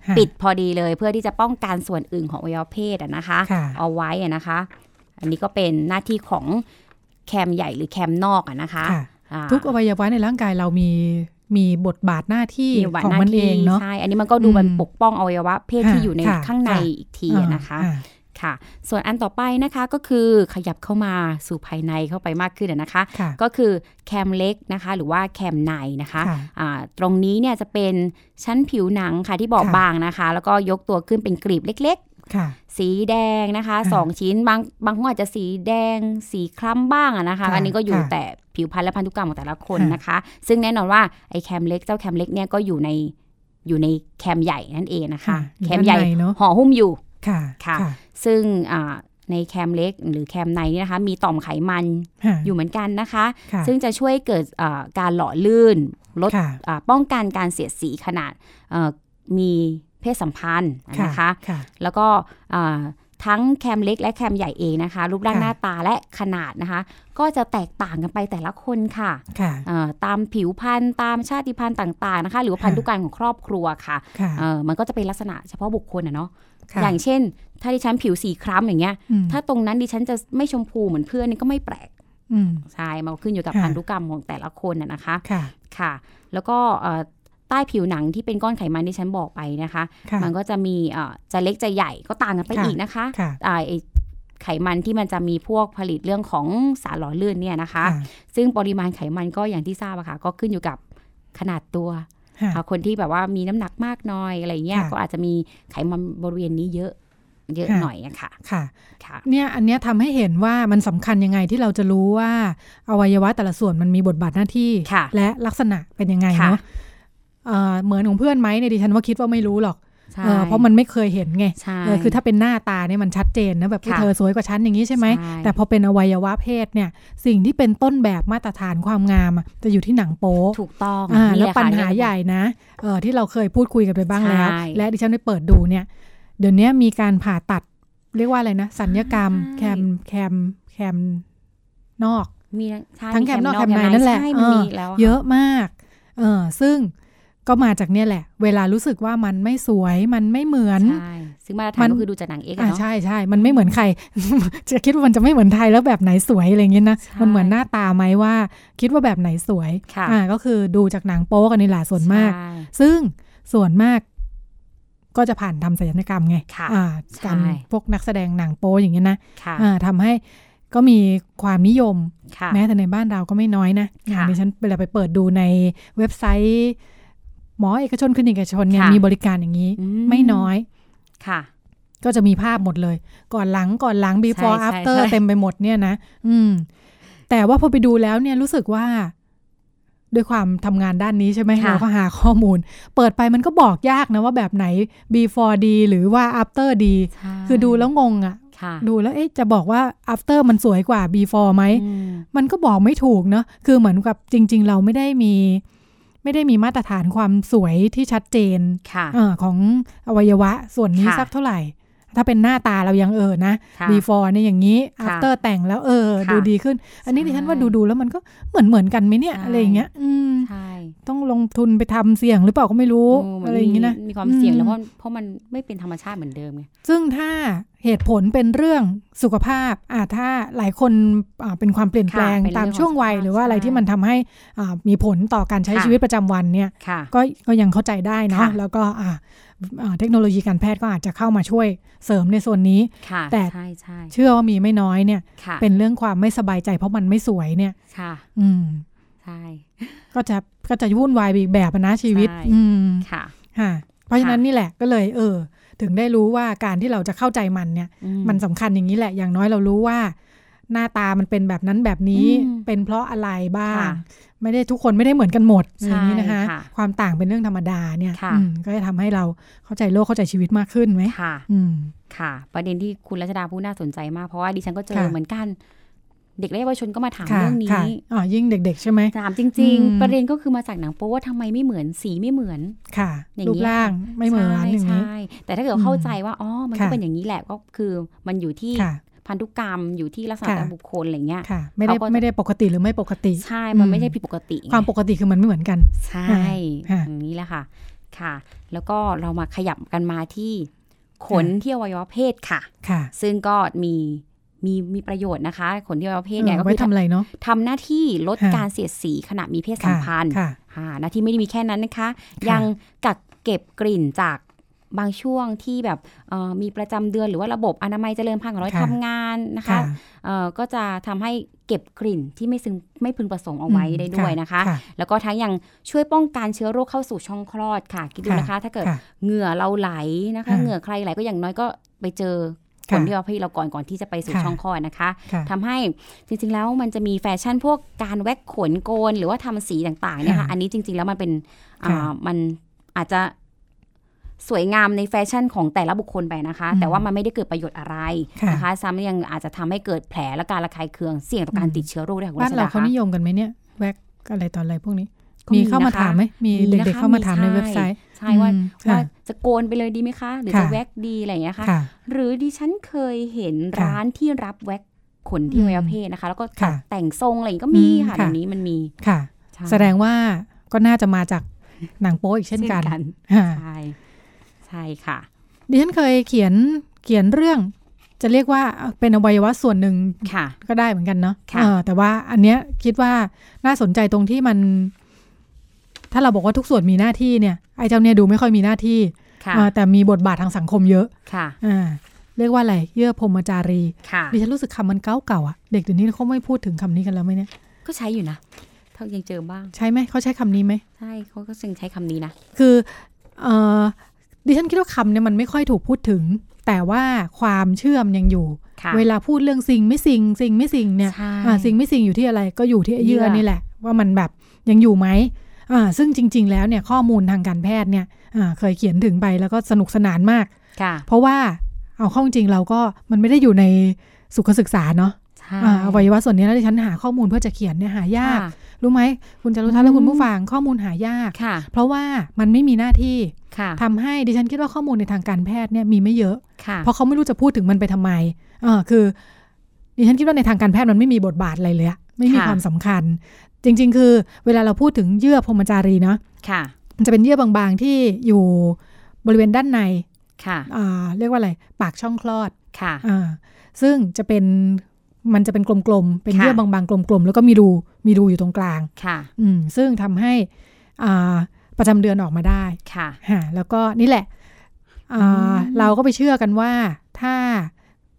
ค่ะ
ปิดพอดีเลย เพื่อที่จะป้องกันส่วนอื่นของอวัยวะเพศอะนะคะ
ค่ะ
เอาไว้อะนะคะ อันนี้ก็เป็นหน้าที่ของแคมใหญ่หรือแคมนอกอะนะคะ
ค่ะ
อ่า
ทุกอวัยวะในร่างกายเรามีมีบทบาทหน้าที่
มีหวา
ของ
หา
มัน
ที่
เองเนาะ
ใช่ อันนี้มันก็ดูมัน
อืม
ปกป้องอวัยวะเพศ
ค่ะ
ที่อยู่ใน
ค่ะ
ข้างใน
ค่ะ
อีกทีอะนะคะ
อ่า
ค่ะ ส่วนอันต่อไปนะคะก็คือขยับเข้ามาสู่ภายในเข้าไปมากขึ้นอะนะคะ
ค่ะ
ก็คือแคมเล็กนะคะ หรือว่าแคมในนะคะ
ค่ะ
อ่าตรงนี้เนี่ยจะเป็นชั้นผิวหนังค่ะที่บอบ
ค่ะ
บางนะคะ แล้วก็ยกตัวขึ้นเป็นกรีบเล็ก
ค่ะ
ๆ สีแดงนะคะ
ค่ะ
สองชิ้นบางบางคนอาจจะสีแดง สีคล้ำบ้างอะนะคะ
ค่ะ
อันนี้ก็อยู่
ค่ะ
แต่ผิวพรรณและพันธุกรรมของแต่ละคน
ค่ะ
นะคะ ซึ่งแน่นอนว่าไอ้แคมเล็กเจ้าแคมเล็กเนี่ยก็อยู่ในอยู่ในแคมใหญ่นั่นเองนะคะ
อยู่
แคมใหญ่
ด้านนเนาะ
ห่อหุ้มอยู่
ค่ะ
ค่ะ ซึ่งอ่าในแคมเล็กหรือแคมในนี่นะคะ มีต่อมไขมัน
ค่ะ
อยู่เหมือนกันนะคะ
ค่ะ
ซึ่งจะช่วยเกิดอ่าการหล่อลื่นลด
ค่ะ
อ่าป้องกันการเสียดสีขนาดเอ่อมีเพศสัมพันธ์นะคะ
ค่ะ
แล้วก็อ่าทั้งแคมเล็กและแคมใหญ่เองนะคะ รูปร่าง
ค่ะ
หน้าตาและขนาดนะคะ ก็จะแตกต่างกันไปแต่ละคนค่ะ
ค่ะ
เอ่อตามผิวพรรณตามชาติพันธุ์ต่างๆนะคะ หรือว่า
ค่ะ
พันธุกรรมของครอบครัวค่ะ
ค่ะ
เอ่อมันก็จะเป็นลักษณะเฉพาะบุคคลนะเนาะ
ค่ะ
อย่างเช่น ถ้าดิฉันผิวสีคล้ำอย่างเงี้ย
อืม
ถ้าตรงนั้นดิฉันจะไม่ชมพูเหมือนเพื่อนนี่ก็ไม่แปลก
อืม
ใช่มันขึ้นอยู่กับ
ค่ะ
พันธุกรรมของแต่ละคนนะนะคะ
ค่ะ
ค่ะ แล้วก็เอ่อใต้ผิวหนังที่เป็นก้อนไขมันที่ฉันบอกไปนะคะ
ค่ะ
มันก็จะมีเอ่อจะเล็กจะใหญ่ก็ต่างกันไป
ค่ะ
อีกนะคะ
ค่ะ
อ่าไอ้ไขมันที่มันจะมีพวกผลิตเรื่องของสารหล่อลื่นเนี่ยนะคะ ซึ่งปริมาณไขมันก็อย่างที่ทราบอะค่ะ ก็ขึ้นอยู่กับขนาดตัว
ค่ะ
อ่าคนที่แบบว่ามีน้ำหนักมากน้อยอะไรเงี้ย
ค่ะ
ก็อาจจะมีไขมันบริเวณนี้เยอะ เยอะ
ค่ะ
หน่อยอะค่ะ
ค่ะ
ค่ะ
เนี่ยอันเนี้ยทำให้เห็นว่ามันสำคัญยังไงที่เราจะรู้ว่าอวัยวะแต่ละส่วนมันมีบทบาทหน้าที่
ค่ะ
และลักษณะเป็นยังไง
ค่ะ
เนาะเอ่อเหมือนของเพื่อนไหมเนี่ยดิฉันว่าคิดว่าไม่รู้หรอก
ใช่
เออเพราะมันไม่เคยเห็นไง
ใช่
เออคือถ้าเป็นหน้าตาเนี่ยมันชัดเจนนะแบบ
ค่ะ
เธอสวยกว่าฉันอย่างนี้ใช่ไหม
ใช่
แต่พอเป็นอวัยวะเพศเนี่ย สิ่งที่เป็นต้นแบบมาตรฐานความงามอะจะอยู่ที่หนังโป๊
ถูกต้อง
อ่า
นี่
แล้ว
หะ
ปัญหา
ค่ะเรื่อง
ใหญ่นะเออที่เราเคยพูดคุยกันไปบ้างแล้ว
ใช่
และดิฉันไปเปิดดูเนี่ย เดี๋ยวนี้มีการผ่าตัดเรียกว่าอะไรนะสัญญกรรม
ใช่
แคมแคมแคมนอก
มีใช่
ทั้ง
มี
แคมนอกแคมในนั่นแหละ
ใช่มัน
เออ
มีแล้วค่
เยอะมาก เออซึ่งก็มาจากเนี่ยแหละ เวลารู้สึกว่ามันไม่สวย มันไม่เหมือน
ใช่ ซึ่งมาตรฐาน
มัน
ก็คือดูจากหนังเอ็กซ์
อ่า
เนาะ
ใช่ใช่ มันไม่เหมือนใคร [LAUGHS] จะคิดว่ามันจะไม่เหมือนไทยแล้วแบบไหนสวยอะไรอย่างเงี้ยนะ
ใช่
มันเหมือนหน้าตาไหมว่า คิดว่าแบบไหนสวย
ค่ะ
อ่า ก็คือดูจากหนังโป๊กันนี่แหละส่วนมาก
ใช่
ซึ่งส่วนมากก็จะผ่านทำศัลยกรรมไง
ค่ะ
อ่าการ
ใช่
พวกนักแสดงหนังโป๊อย่างเงี้ยนะ
ค่ะ
อ่าทำให้ก็มีความนิยม
ค่ะ
แม้แต่ในบ้านเราก็ไม่น้อยนะ
ค่ะ
ดิฉันเวลาไปเปิดดูในเว็บไซต์ หมอเอกชนคลินิกเอกชนเนี่ย
ค่ะ
มีบริการอย่างนี้
อื
ไม่น้อย
ค่ะ
ก็จะมีภาพหมดเลย ก่อนหลังก่อนหลัง before
ใช่ใช่
after
ใช่
เต็มไปหมดเนี่ยนะ อืม แต่ว่าพอไปดูแล้วเนี่ยรู้สึกว่า ด้วยความทำงานด้านนี้ใช่ไหม
ค่ะ
เราก็หาข้อมูล เปิดไปมันก็บอกยากนะว่าแบบไหน before ดีหรือว่า after ดี
ใช่
คือดูแล้วงงอะ
ค่ะ
ดูแล้วเอ๊ะจะบอกว่า after มันสวยกว่า before ไหม
อืม
มันก็บอกไม่ถูกเนาะ คือเหมือนกับจริง ๆ เราไม่ได้มี ไม่ได้มีมาตรฐานความสวยที่ชัดเจน
ค่ะ
เออของอวัยวะส่วนนี้
ค่ะ
สักเท่าไหร่ ถ้าเป็นหน้าตาเรายังเออนะ
ค่ะ
before เนี่ยอย่างนี้
ค่ะ
after แต่งแล้วเออ
ค่ะ
ดูดีขึ้น อันนี้ดิฉันว่า
ใช่
ดูๆแล้วมันก็เหมือนเหมือนๆกันไหมเนี่ย
ใช่
อะไรอย่างเงี้ย อืม
ใช่
ต้องลงทุนไปทำเสี่ยงหรือเปล่าก็ไม่รู้
เมั
อะไรอย่าง
มี
เงี้ยนะ
มีความเสี่ยง
อืม
แล้วเพราะเพราะมันไม่เป็นธรรมชาติเหมือนเดิมไง
ซึ่งถ้าเหตุผลเป็นเรื่องสุขภาพอ่าถ้าหลายคนอ่าเป็นความเปลี่ยนแปลง
ค่ะเป็นเรื่อง
ตามช่วงวัย
ของ
ห
สุขภาพ
รือว่าอะไรที่มันทำให้อ่ามีผลต่อการใช้
ค่ะ
ชีวิตประจำวันเนี่ย
ค่ะ
ก็ก็ยังเข้าใจได้เนาะ
ค่ะ
แล้วก็อ่าอ่าเทคโนโลยีการแพทย์ก็อาจจะเข้ามาช่วยเสริมในส่วนนี้
ค่ะ
แต่
ใช่ใช่
เชื่อว่ามีไม่น้อยเนี่ย
ค่ะ
เป็นเรื่องความไม่สบายใจเพราะมันไม่สวยเนี่ย
ค่ะ
อืม
ใช่
ก็จะก็จะวุ่นวายไปอีกแบบอะนะชีวิต อืม
ค่ะ
ค่ะเพราะฉะนั้น
ค่ะ
นี่แหละก็เลยเออ ถึงได้รู้ว่าการที่เราจะเข้าใจมันเนี่ย
อื
มันสำคัญอย่างนี้แหละ อย่างน้อยเรารู้ว่า หน้าตามันเป็นแบบนั้นแบบนี้
อืม
เป็นเพราะอะไรบ้าง
ค่ะ
ไม่ได้ทุกคนไม่ได้เหมือนกันหมด
ใช่
อย่างนี้นะคะ
ค่ะ
ความต่างเป็นเรื่องธรรมดาเนี่ย
ค่ะ
อืมก็จะทำให้เราเข้าใจโลกเข้าใจชีวิตมากขึ้นไหม
ค่ะ
อืม
ค่ะ ประเด็นที่คุณรัชดาพูดน่าสนใจมาก เพราะว่าดิฉันก็เจอ
ค่ะ
เหมือนกัน เด็กและเยาวชนก็มาถาม
ค่ะ
เรื่อง
ค่ะ
นี้
อ๋อยิ่งเด็ก ๆ ใช่ไหม
ถามจริง
อืม
ๆ ประเด็นก็คือมาจากหนังโป๊ว่าทำไมไม่เหมือนสีไม่เหมือน
ค่ะ
อย่างนี้
รูปร่างไม่เหมือนอย่างนี้
ใช่แต่ถ้าเกิดเข้าใจว่าอ๋อมันก็
ค่ะ
เป็นอย่างนี้แหละก็คือ มันอยู่ที่
ค่ะ
พันธุกรรมอยู่ที่ลักษณะ
ค่ะ
ทางบุคคลอะไรเงี้ย
ค่ะ ไม่ได้
เขาก็จะ
ไม่ได้ปกติหรือไม่ปกติ
ใช่ มันไม่
อืม
ได้ผิดปกติไง
ความปกติคือมันไม่เหมือนกัน
ใช่
ค่ะ
อย่างนี้แหละค่ะ ค่ะ แล้วก็เรามาขยับกันมาที่ขน
ค่ะ
ที่อวัยวะเพศค่ะ
ค่ะ
ซึ่งก็มีมีมีประโยชน์นะคะ ขนที่อวัยวะเพศ
เอ
เนี่ย
อ
ก็
ไว้
คือ
ทำอะไรเนาะ
ทำหน้าที่ลด
ค่ะ
การเสียดสีขณะมีเพศสั
ค่ะ
มพันธ์
ค่ะ
อ่าหน้าที่ไม่ได้มีแค่นั้นนะคะ
ะ
ยังกักเก็บกลิ่นจากบางช่วงที่แบบเอ่อมีประจำเดือนหรือว่าระบบอนามัยเจริญพันธุ์ของเราทำงานนะคะ
ค่ะ
เอ่อก็จะทำให้เก็บกลิ่นที่ไม่ซึงไม่พึงประสงค์เอาไว้ได้ด้วยนะคะ แล้วก็ทั้งยังช่วยป้องกันเชื้อโรคเข้าสู่ช่องคลอดค่ะคิดดูนะคะ ถ้าเกิด
ค่ะ
เหงื่อเราไหลนะคะ
ค่ะ
เหงื่อใครไหลก็อย่างน้อยก็ไปเจอ ค
ค่ะ
นที่ว่าพี่เราก่อนก่อนที่จะไปสู่
ค่ะ
ช่องคลอดนะคะ
ค่ะ
ทำให้จริงๆแล้วมันจะมีแฟชั่นพวกการแว็กขนโกน หรือว่าทำสีต่างๆเนี่ย
ค่ะ
ค่ะอันนี้จริง ๆ แล้วมันเป็น
ค่ะ
อ่ามันอาจจะสวยงามในแฟชั่นของแต่ละบุคคลไปนะคะ
อืม
แต่ว่ามันไม่ได้เกิดประโยชน์อะไร
ค่ะ
นะคะ ซ้ำยังอาจจะทำให้เกิดแผลและการระคายเคืองเสี่ยงต่อการ
อืม
ติดเชื้อโรคได้ค่ะคุณ
บ้าน
รัช
เรา
ดา
เขา
คะ
นิยมกันไหมเนี่ย แว็กอะไรตอนอะไรพวกนี้
ก็
มีเข้ามา
นะคะ
ถามไหมมี
มีนะคะ
เด็กๆเข้ามาถามใน
มี
เว็บไซต์
ใช่ว่า
อืม
ว่า
ค่ะ
จะโกนไปเลยดีไหมคะ หรือ
ค่ะ
จะแว็กดีอะไรอย่างเงี้ยค่ะ
ค่ะ
หรือดิฉันเคยเห็น
ค่ะ
ร้านที่รับแว็กขนที่
อืม
อวัยวะเพศนะคะ แล้วก็ตั
ค่ะ
ดแต่งทรงอะไรอย่างนี้ก็มี
อืม
ค่ะ
ค่ะ
เดี๋ยวนี้มันมี
ค่ะ
ใช่
แสดงว่าก็น่าจะมาจาก [LAUGHS] หนังโป๊อีกเช่นกันค่ะ
ใช่ใช่ค่ะ
ดิฉันเคยเขียนเขียนเรื่อง จะเรียกว่าเป็นอวัยวะส่วนหนึ่ง
ค่ะ
ก็ได้เหมือนกันเนาะ
ค่ะ
เออแต่ว่าอันเนี้ยคิดว่าน่าสนใจตรงที่มัน ถ้าเราบอกว่าทุกส่วนมีหน้าที่เนี่ยไอ้เจ้าเนี่ยดูไม่ค่อยมีหน้าที่
ค่ะ
เออแต่มีบทบาททางสังคมเยอะ
ค่ะ
อ่าเรียกว่าอะไรเยื่อพรหมจารี
ค่ะ
ดิฉันรู้สึกคำมันเก่าเก่าๆอะเด็กเดี๋ยวนี้เขาไม่พูดถึงคำนี้กันแล้วไหมเนี่ย
ก็ใช้อยู่นะเท่ายังเจอบ้าง
ใช่ไหมเขาใช้คำนี้ไหม
ใช่เขาก็ยังใช้คำนี้นะ
คือเออดิฉันคิดว่าคำเนี่ยมันไม่ค่อยถูกพูดถึง แต่ว่าความเชื่อมยังอยู่
ค่ะ
เวลาพูดเรื่องสิ่งไม่สิ่งสิ่งไม่สิ่งเนี่ย
ใช่
อ่าสิ่งไม่สิ่งอยู่ที่อะไรก็อยู่ที่ไอ้
เยื่
เยื่
อ
อนี่แหละ ว่ามันแบบยังอยู่ไหมอ่าซึ่งจริง ๆ แล้วเนี่ยข้อมูลทางการแพทย์เนี่ยอ่าเคยเขียนถึงไปแล้วก็สนุกสนานมาก
ค่ะ
เพราะว่าเอาเข้อจริงเราก็มันไม่ได้อยู่ในสุขศึกษาเนาะ
ใช่
อ่าอวัยวะส่วนนี้แล้วดิฉันหาข้อมูลเพื่อจะเขียนเนี่ยหายาก
ค่ะ
รู้ไหมคุณจะรู้ทัน
อืม
และคุณผู้ฟังข้อมูลหายาก
ค่ะ
เพราะว่ามันไม่มีหน้าที่
ค่ะ
ทำให้ดิฉันคิดว่าข้อมูลในทางการแพทย์เนี่ยมีไม่เยอะ
ค่ะ
เพราะเขาไม่รู้จะพูดถึงมันไปทำไมเออคือ ดิฉันคิดว่าในทางการแพทย์มันไม่มีบทบาทอะไรเลยอะไม่มีความสำคัญ จริง ๆ คือเวลาเราพูดถึงเยื่อพรหมจารีเนาะ
ค่ะ
มันจะเป็นเยื่อบางๆที่อยู่บริเวณด้านใน
ค่ะ
อ่าเรียกว่าอะไรปากช่องคลอด
ค่ะ
อ่าซึ่งจะเป็นมันจะเป็นกลมๆ เป็น
ค่ะ
เยื่อบางๆ กลมๆ แล้วก็มีรูมีรูอยู่ตรงกลาง
ค่ะ
อืมซึ่งทำให้อ่าประจำเดือนออกมาได้
ค่ะ
ฮะแล้วก็นี่แหละอ่า
อืม
เราก็ไปเชื่อกันว่าถ้า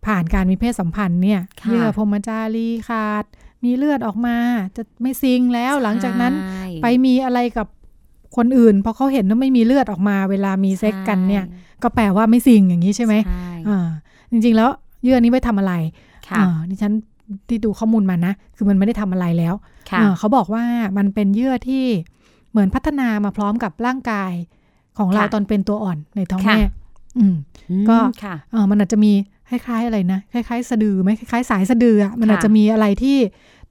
ผ่านการมีเพศสัมพันธ์เนี่ย
ค่ะ
เยื่อพรหมจารีขาด มีเลือดออกมาจะไม่ซิงแล้วหลังจากนั้น
ใช่
ไปมีอะไรกับคนอื่นเพราะเขาเห็นว่าไม่มีเลือดออกมาเวลามีเซ็กกันเนี่ย ก็แปลว่าไม่ซิงอย่างนี้ใช่ไหม
ใช่
อ่าจริงๆแล้วเยื่อนี้ไว้ทำอะไร
ค่ะ
อ่าดิฉัน ที่ดูข้อมูลมานะ คือมันไม่ได้ทำอะไรแล้ว
ค่ะ
เอ่อเขาบอกว่ามันเป็นเยื่อที่เหมือนพัฒนามาพร้อมกับร่างกายของเรา
ค่ะ
ตอนเป็นตัวอ่อนในท้อง
ค่ะ
แม่อืม ก็
อืมค่ะ
เออมันอาจจะมีคล้ายๆอะไรนะ คล้ายๆ สะดือไหมคล้าย ๆ สายสะดืออะมัน
ค่ะ
อาจจะมีอะไรที่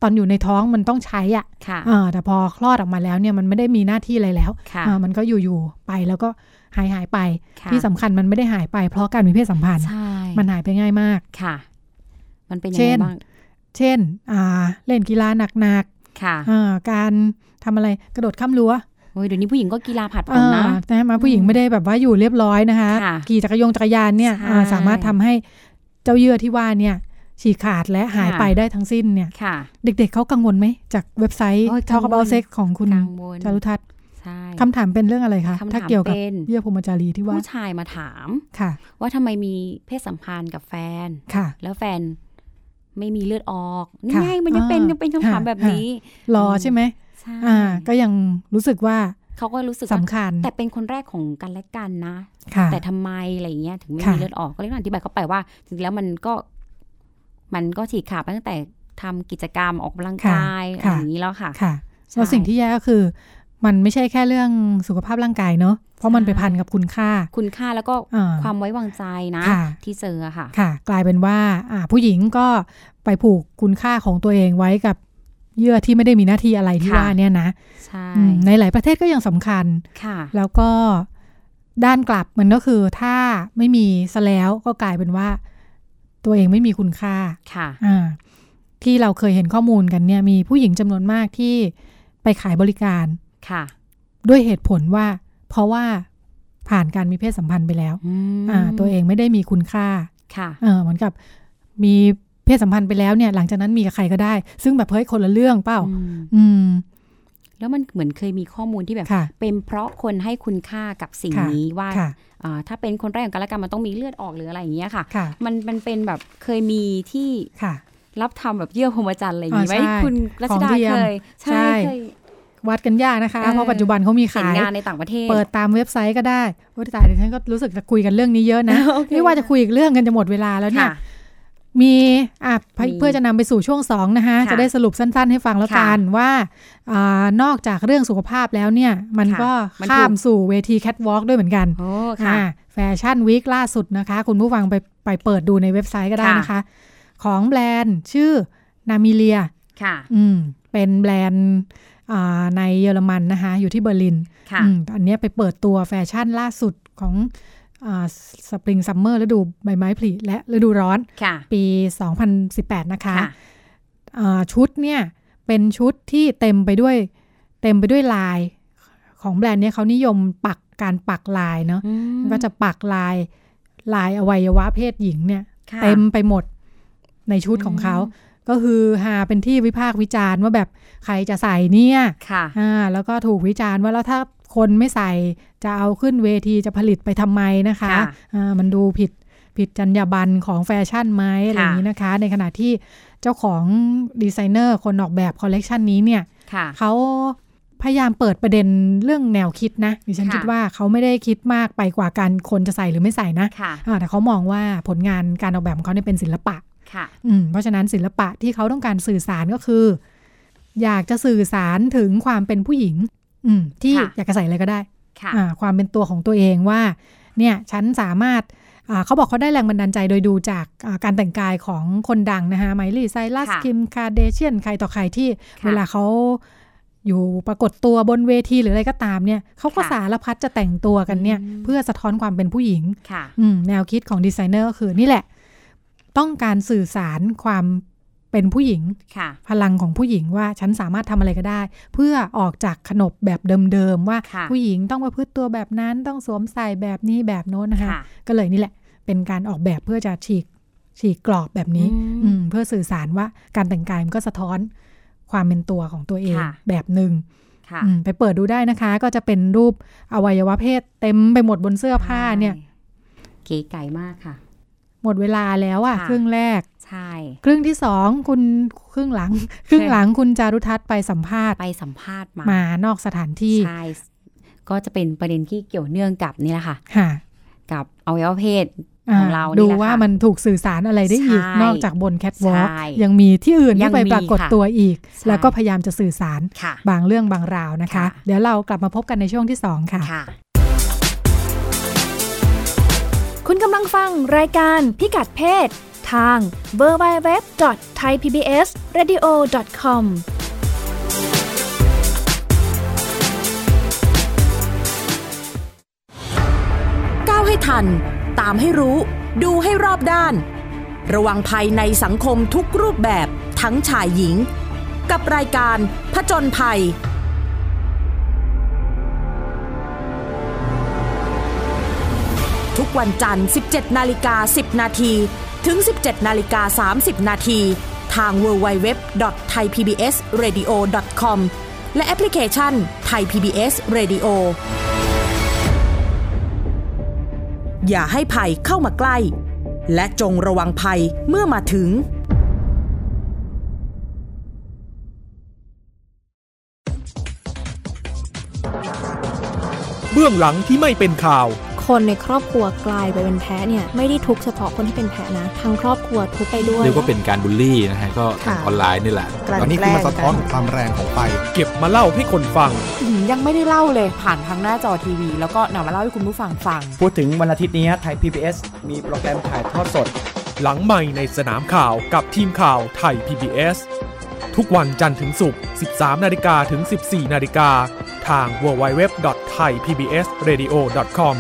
ตอนอยู่ในท้องมันต้องใช้อ่ะ
ค่ะ
เออแต่พอคลอดออกมาแล้วเนี่ยมันไม่ได้มีหน้าที่อะไรแล้ว
ค่ะ
เออมันก็อยู่ๆไปแล้วก็หายหายๆไป
ค่ะ
ที่สำคัญมันไม่ได้หายไปเพราะการมีเพศสัมพันธ์
ใช่
มันหายไปง่ายมาก
ค่ะ มันเป็นยั
เช่
งไง
น
บ้าง
เช่นอ่าเล่นกีฬาหนัก
ค่ะ
ๆอ่าการทำอะไรกระโดดข้ามรั้ว
โอ้ยเดี๋ยวนี้ผู้หญิงก็กีฬาผลัดผ
อ่
ลนะ
านะมาผู้หญิงไม่ได้แบบว่าอยู่เรียบร้อยนะคะ
ค่ะ
ขี่จักรยงจักรยานเนี่ย
ใช่
อ่าสามารถทำให้เจ้าเยื่อที่ว่าเนี่ยฉีกขาดและหาย
ค่ะ
ไปได้ทั้งสิ้นเนี่ย
ค่ะ
เด็กๆเขากังวลไหม จากเว็บไซต์
โอ้ยกังวล
Talk About Sex ของคุณ
กังวล
จารุทัศน์
ใช่
คำถามเป็นเรื่องอะไรคะ
คำ
ถ้า
ถาม
เกี่ยวกับ
เป็น
เยื่อพรหมจารีที่ว่า
ผู้ชายมาถาม
ค่ะ
ว่าทำไมมีเพศสัมพันธ์กับแฟน
ค่ะ
แล้วแฟนไม่มีเลือดออกนี่
ค่ะ
ไงมันยังเป็น
อ่ายั
ยังเป็นคำถาม
ค่ะ
แบบนี้
รอใช่ไหม
ใช่
อ่า ก็ยังรู้สึกว่า
เขาก็รู้สึก
สำ
ว่า
คัญ
แต่เป็นคนแรกของกันและกันนะ
ค่ะ
แต่ทำไมอะไรอย่างเงี้ยถึงไม่
ค่ะ
มีเลือดออกก็เลยต้องอธิบายเขาไปว่าจริงๆแล้วมันก็มันก็ฉีกขาดมาตั้งแต่ทำกิจกรรมออกกำลังกายอะไรอย่างนี้แล้วค่ะ
ค่ะ
ใช่
แล้วสิ่งที่แย่ก็คือ มันไม่ใช่แค่เรื่องสุขภาพร่างกายเนอะเพราะมัน
ใช่
ไปพันกับคุณค่า
คุณค่าแล้วก็
อ่า
ความไว้วางใจนะ
ค่ะ
ที่เจออะค่ะ
ค่ะ กลายเป็นว่าอ่าผู้หญิงก็ไปผูกคุณค่าของตัวเองไว้กับเยื่อที่ไม่ได้มีหน้าที่อะไรที่
ค่ะ
ว่าเนี่ยนะ
ใช่
อืมในหลายประเทศก็ยังสำคัญ
ค่ะ
แล้วก็ด้านกลับมันก็คือถ้าไม่มีซะแล้วก็กลายเป็นว่า ตัวเองไม่มีคุณค่า
ค่ะ
อ่าที่เราเคยเห็นข้อมูลกันเนี่ย มีผู้หญิงจำนวนมากที่ไปขายบริการ
ค่ะ
ด้วยเหตุผลว่า เพราะว่าผ่านการมีเพศสัมพันธ์ไปแล้ว
อืม
อ่า ตัวเองไม่ได้มีคุณค่า
ค่ะ
เออเหมือนกับมีเพศสัมพันธ์ไปแล้วเนี่ย หลังจากนั้นมีกับใครก็ได้ ซึ่งแบบเฮ้ยคนละเรื่องเปล่า
อืม
อืม
แล้วมันเหมือนเคยมีข้อมูลที่แบบ
ค่ะ
เป็นเพราะคนให้คุณค่ากับสิ่ง
ค่ะ
นี้ว่า
ค่ะ
อ่า ถ้าเป็นคนแรกของกันและกันมันต้องมีเลือดออกหรืออะไรอย่างเงี้ยค่ะ
ค่ะ
มันมันเป็นแบบเคยมีที่
ค่ะ
รับทำแบบเยื่อพรหมจรรย์อะไรอย่างงี้
อ่า
ไว้
ใช่
คุณรัชดา
ของเทียม
เคย ใช่
ใช่
เคย
วัดกันยากนะคะ
เออ
เพราะปัจจุบันเขามี
เห็น
ขาย
งานในต่างประเทศ
เปิดตามเว็บไซต์ก็ได้โอ้ยตายดิฉันก็รู้สึกจะคุยกันเรื่องนี้เยอะนะ
โอเค
ไม่ว่าจะคุยอีกเรื่องกันจะหมดเวลาแล้วเนี่ย
ค่ะ
มีอ่ะเพื่อ
มี
เพื่อจะนำไปสู่ช่วงสองนะคะ
ค่ะ
จะได้สรุปสั้น ๆ ให้ฟังแล้วกันว่าอานอกจากเรื่องสุขภาพแล้วเนี่ย มัน
ค่ะ
ก็
มัน
ข้าม
ถูก
สู่เวทีแคทวอล์กด้วยเหมือนกัน
โอ้ค่ะ
อ่าแฟชั่นวีคล่าสุดนะคะ คุณผู้ฟังไปไปเปิดดูในเว็บไซต์ก็ได้
ค่ะ
นะคะ ของแบรนด์ชื่อนามิเลีย
ค่ะ
อืมเป็นแบรนด์อ่าในเยอรมันนะคะ อยู่ที่เบอร์ลิน
ค่ะ
อืมอันเนี้ยไปเปิดตัวแฟชั่นล่าสุดของสปริงซัมเมอร์ฤดูใบไม้ผลิและฤดูร้อน
ค่ะ
ปี 2018 นะคะ
ค่ะ
อ่าชุดเนี่ยเป็นชุดที่เต็มไปด้วยเต็มไปด้วยลายของแบรนด์เนี้ยเขานิยมปักการปักลายเนาะ
อืม
ก็จะปักลายลายอวัยวะเพศหญิงเนี่ย
ค่ะ
เต็มไปหมดในชุดของเขา
อืม
ก็คือหาเป็นที่วิพากษ์วิจารณ์ว่าแบบใครจะใส่เนี่ย
ค่ะ
อ่าแล้วก็ถูกวิจารณ์ว่าแล้วถ้าคนไม่ใส่จะเอาขึ้นเวทีจะผลิตไปทำไมนะคะ
ค่ะ
อ่ามันดูผิดผิดจรรยาบรรณของแฟชั่นไหมอะไรอย่างนี้นะคะ ในขณะที่เจ้าของดีไซเนอร์คนออกแบบคอลเลกชันนี้เนี่ย
ค่ะ
เขาพยายามเปิดประเด็นเรื่องแนวคิดนะดิฉัน
ค่ะ
คิดว่าเขาไม่ได้คิดมากไปกว่าการคนจะใส่หรือไม่ใส่นะ
ค่ะ
อ่าแต่เขามองว่าผลงานการออกแบบของเขาเนี่ยเป็นศิลปะ
ค่ะ
อืมเพราะฉะนั้นศิลปะที่เขาต้องการสื่อสารก็คือ อยากจะสื่อสารถึงความเป็นผู้หญิง อืมที่
ค่ะ
อยากจะใส่อะไรก็ได้
ค่ะ
อ่าความเป็นตัวของตัวเองว่า เนี่ยฉันสามารถอ่าเขาบอกเขาได้แรงบันดาลใจโดยดูจากอ่าการแต่งกายของคนดังนะคะไมลี่ไซลัส
ค่ะ
คิมคาเดเชียนใครต่อใครที่
ค่ะ
เวลาเขาอยู่ปรากฏตัวบนเวทีหรืออะไรก็ตามเนี่ยเขาก็
ค่ะ
สารพัดจะแต่งตัวกันเนี่ย
อืม
เพื่อสะท้อนความเป็นผู้หญิง
ค่ะ
อืมแนวคิดของดีไซเนอร์ก็คือนี่แหละ ต้องการสื่อสารความเป็นผู้หญิง
ค่ะ
พลังของผู้หญิงว่าฉันสามารถทำอะไรก็ได้ เพื่อออกจากขนบแบบเดิมๆว่า
ค่ะ
ผู้หญิงต้องประพฤติตัวแบบนั้นต้องสวมใส่แบบนี้แบบโน้นนะคะ
ค่ะ
ก็เลยนี่แหละ เป็นการออกแบบเพื่อจะฉีกฉีกกรอบแบบนี้
อืม
อืมเพื่อสื่อสารว่าการแต่งกายมันก็สะท้อนความเป็นตัวของตัวเอง
ค่ะ
แบบหนึ่ง
ค่ะ
อืมไปเปิดดูได้นะคะ ก็จะเป็นรูปอวัยวะเพศเต็มไปหมดบนเสื้อผ้าเนี่ย
ใช่เก๋ไก่มากค่ะ
หมดเวลาแล้วอะ
ค่ะ
ครึ่งแรก
ใช่
ครึ่งที่สองคุณครึ่งห
[LAUGHS]
ลัง ครึ่งหลังคุณจารุทัศน์ไปสัมภาษณ์
ไปสัมภาษณ์มาม
านอกสถานที่
ใช่ ก็จะเป็นประเด็นที่เกี่ยวเนื่องกับนี่แหละค่ะ
ค่ะ
กับอวัยวะเพศ ของเรา
ดู
นี่แหละ
ว่า
ค่ะ
มันถูกสื่อสารอะไรได้อีก
ใช่
นอกจากบนแคทวอล์ก
ใช่
ยังมีที่อื่นที่ไป
ยังมี
ปรากฏตัวอีก
ใช่
แล้วก็พยายามจะสื่อสาร
ค่ะ
บางเรื่องบางราวนะคะ
ค่ะ
เดี๋ยวเรากลับมาพบกันในช่วงที่สองค่ะ
ค่ะ
คุณกำลังฟังรายการพิกัดเพศ ทาง www.thaipbsradio.com
ก้าวให้ทัน ตามให้รู้ ดูให้รอบด้าน ระวังภัยในสังคมทุกรูปแบบทั้งชายหญิง กับรายการผจญภัย ทุกวันจันทร์ 17 นาฬิกา 10 นาที ถึง 17 นาฬิกา 30 นาที ทาง www.thaipbsradio.com และแอปพลิเคชัน Thai PBS Radio อย่าให้ภัยเข้ามาใกล้ และจงระวังภัยเมื่อมาถึง
เบื้องหลังที่ไม่เป็นข่าว
คนในครอบครัวกลายไปเป็นแพ้เนี่ยไม่ได้ทุกข์เฉพาะคนที่เป็นแพ้นะทั้งครอบครัวทุกข์ไปด้วย
เรียกว่าเป็นการบูลลี่นะฮะก็ทาง
ค่ะ
ออนไลน์นี่แหละ
กลั่น
ตอนนี้
แก
คือ
ล้
มาง สะท้อน
กั
ถึงความแรงของไฟ
เก็บมาเล่าให้คนฟัง
อืมยังไม่ได้เล่าเลยผ่านทางหน้าจอทีวี แล้วก็นำมาเล่าให้คุณผู้ฟังฟัง
พูดถึงวันอาทิตย์นี้ไทย PBS มีโปรแกรมถ่ายทอดสด
หลังใหม่ในสนามข่าวกับทีมข่าวไทย PBS ทุกวันจันทร์ถึงศุกร์ 13 นาฬิกาถึง 14 นาฬิกา ทาง www.thaipbsradio.com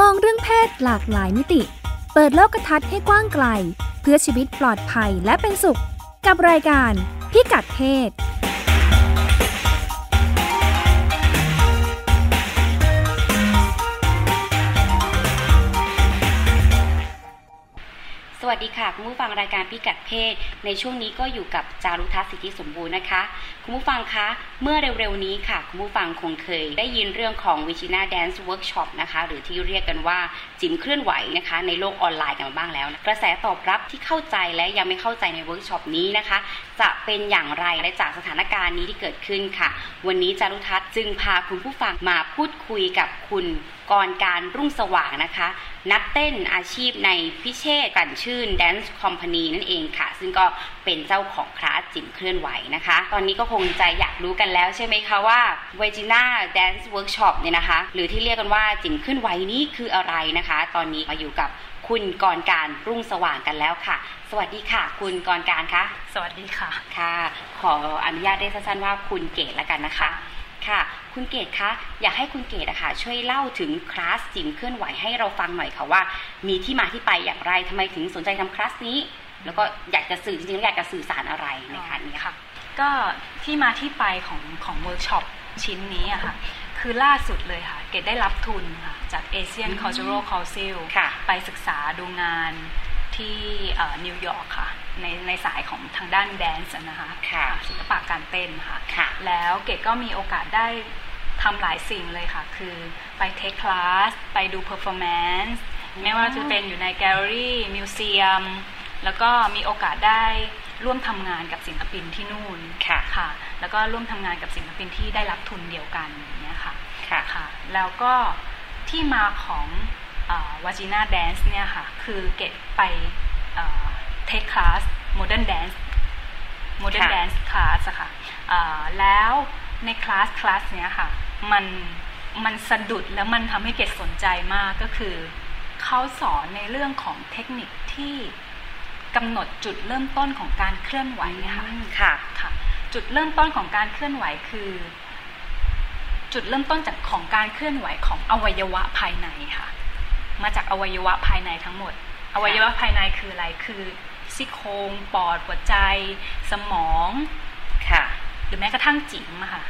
มองเรื่องเพศหลากหลายมิติ เปิดโลกทัศน์ให้กว้างไกล เพื่อชีวิตปลอดภัยและเป็นสุข กับรายการพิกัดเพศ
สวัสดีค่ะ คุณผู้ฟังรายการพิกัดเพศ ในช่วงนี้ก็อยู่กับจารุทัศน์สิทธิสมบูรณ์นะคะ คุณผู้ฟังคะเมื่อเร็วๆนี้ค่ะ คุณผู้ฟังคงเคยได้ยินเรื่องของวิชินาแดนซ์เวิร์กช็อปนะคะ หรือที่เรียกกันว่าจิมเคลื่อนไหวนะคะ ในโลกออนไลน์กันมาบ้างแล้วนะกระแสตอบรับที่เข้าใจและยังไม่เข้าใจในเวิร์กช็อปนี้นะคะ จะเป็นอย่างไรและจากสถานการณ์นี้ที่เกิดขึ้นค่ะ วันนี้จารุทัศน์จึงพาคุณผู้ฟังมาพูดคุยกับคุณ กรการรุ่งสว่างนะคะ นักเต้นอาชีพในพิเชษกลันชื่น Dance Company นั่นเองค่ะ ซึ่งก็เป็นเจ้าของคลาสจิมเคลื่อนไหวนะคะ ตอนนี้ก็คงจะอยากรู้กันแล้วใช่ไหมคะว่า v i r g i n a Dance Workshop เนี่ยนะคะ หรือที่เรียกกันว่าจิมเคลื่อนไหวนี้คืออะไรนะคะ ตอนนี้มาอยู่กับคุณกรการรุ่งสว่างกันแล้วค่ะ สวัสดีค่ะ คุณกรการคะ
สวัสดีค่ะ
ค่ะ ขออนุญาตได้สั้นๆว่าคุณเกตละกันนะคะ ค่ะ คุณเกตคะอยากให้คุณเกตอะค่ะช่วยเล่าถึงคลาสจิมเคลื่อนไหวให้เราฟังหน่อยค่ะว่า มีที่มาที่ไปอย่างไรทำไมถึงสนใจทำคลาสนี้ แล้วก็อยากจะสื่อจริงๆแล้วอยากจะสื่อสารอะไรในคลาสนี้ค่ะ
ก็ที่มาที่ไปของของเวิร์กช็อปชิ้นนี้อะค่ะ คือล่าสุดเลยค่ะ เกดได้รับทุนค่ะ จาก Asian
อืม
Cultural Council
ค่ะ
ไปศึกษาดูงานที่เอ่อนิวยอร์กค่ะ ในในสายของทางด้านแดนซ์นะคะ
ค่ะ
ศิลปะการเต้นค่ะ
ค่ะ
แล้วเกดก็มีโอกาสได้ทำหลายสิ่งเลยค่ะ คือไปเทคคลาส ไปดูเพอร์ฟอร์แมนซ์ ไม่ว่าจะเป็นอยู่ในแกลเลอรี่ มิวเซียม แล้วก็มีโอกาสได้ร่วมทำงานกับศิลปินที่นู่น
ค่ะ
ค่ะ แล้วก็ร่วมทำงานกับศิลปินที่ได้รับทุนเดียวกันอย่างเนี้ยค่ะ
ค่ะ
ค่ะแล้วก็ที่มาของวาจิน่าแดนซ์เนี่ยค่ะ คือเกดไปเทคคลาสโมเดิร์นแดนซ์โมเดิร์น
ค่ะ
แดนซ์คลาสค่ะอ่าแล้วในคลาสคลาสเนี้ยค่ะ มันมันสะดุดแล้วมันทำให้เกดสนใจมากก็คือ เขาสอนในเรื่องของเทคนิคที่กำหนดจุดเริ่มต้นของการเคลื่อนไหวค่ะ
อืมค่ะ
ค่ะจุดเริ่มต้นของการเคลื่อนไหวคือ จุดเริ่มต้นจากของการเคลื่อนไหวของอวัยวะภายในค่ะ มาจากอวัยวะภายในทั้งหมด อวัยวะภายในคืออะไรคือซี่โครงปอดหัวใจ สมอง
ค่ะ
หรือแม้กระทั่งจิ๋มอะค่ะ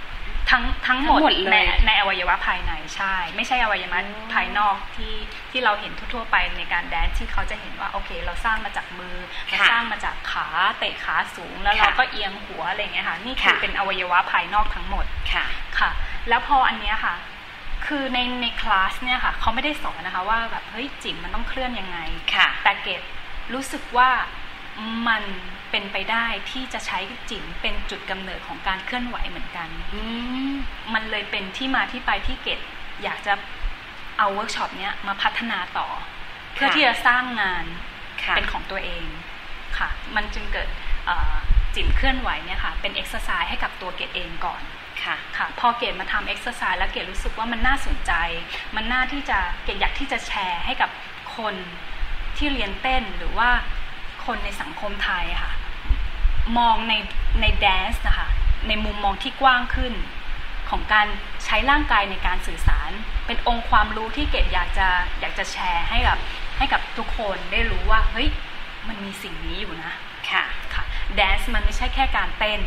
ทั้งทั้งหมด
ทั้งหมดเลย
ในในอวัยวะภายในใช่ ไม่ใช่อวัยวะภายนอกที่ที่เราเห็นทั่วๆไปในการแดนซ์ที่เขาจะเห็นว่าโอเค เราสร้างมาจากมือเรา
ค่ะ
สร้างมาจากขาเตะขาสูงแล้ว
ค่ะ
เราก็เอียงหัวอะไรอย่างเงี้ยค่ะนี่คือ
ค่ะ
เป็นอวัยวะภายนอกทั้งหมด
ค่ะ
ค่ะ แล้วพออันเนี้ยค่ะ ค คือในในคลาสเนี่ยค่ะเขาไม่ได้สอนนะคะว่าแบบเฮ้ยจิ๋มมันต้องเคลื่อนยังไงแต่เกดรู้สึกว่ามันเป็นไปได้ที่จะใช้จิ๋มเป็นจุดกำเนิดของการเคลื่อนไหวเหมือนกันมันเลยเป็นที่มาที่ไปที่เกดอยากจะเอาเวิร์กช็อปเนี้ยมาพัฒนาต่อ เพื่อที่จะสร้างงานเป็นของตัวเองค่ะ มันจึงเกิดเอ่อจิ๋มเคลื่อนไหวเนี่ยค่ะ เป็นเอ็กซ์ไซส์ให้กับตัวเกดเองก่อน
ค่ะ
ค่ะพอเกดมาทำเอ็กซ์ไซส์แล้วเกดรู้สึกว่ามันน่าสนใจ มันน่าที่จะเกดอยากที่จะแชร์ให้กับคนที่เรียนเต้นหรือว่าคนในสังคมไทยค่ะ มองในในแดนซ์นะคะ ในมุมมองที่กว้างขึ้น ของการใช้ร่างกายในการสื่อสาร เป็นองค์ความรู้ที่เกดอยากจะอยากจะแชร์ให้กับให้กับทุกคนได้รู้ว่าเฮ้ยมันมีสิ่งนี้อยู่นะ
ค่ะ
ค่ะแดนซ์มันไม่ใช่แค่การเต้น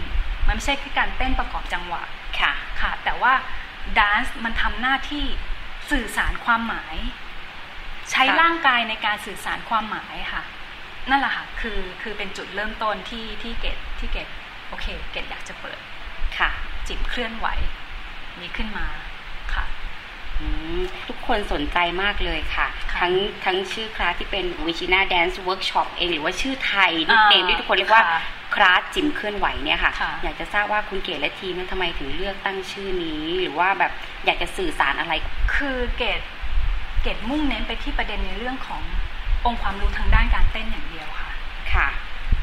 มันไม่ใช่แค่การเต้นประกอบจังหวะ
ค่ะ
ค่ะ แต่ว่าแดนซ์มันทำหน้าที่สื่อสารความหมาย ใช้
ค่ะ
ร่างกายในการสื่อสารความหมายค่ะ นั่นแหละค่ะ คือ คือเป็นจุดเริ่มต้นที่ที่เกดที่เกดโอเค เกดอยากจะเปิด
ค่ะ
จิตเคลื่อนไหว นี้ขึ้นมา ค่ะ
อืมทุกคนสนใจมากเลยค่ะ ทั้งทั้งชื่อคลาสที่เป็นวิชิน่าแดนซ์เวิร์กช็อปเอง หรือว่าชื่อไทยนิกเนม
อ่า
ที่ทุกคนเรียกว่า
ค่ะ
คลาสจิ๋มเคลื่อนไหวเนี่ยค่ะ
ค่ะ
อยากจะทราบว่าคุณเก๋และทีมเนี่ยทำไมถึงเลือกตั้งชื่อนี้ หรือว่าแบบอยากจะสื่อสารอะไร
คือเกดเกดมุ่งเน้นไปที่ประเด็นในเรื่องขององค์ความรู้ทางด้านการเต้นอย่างเดียวค่ะ
ค่ะ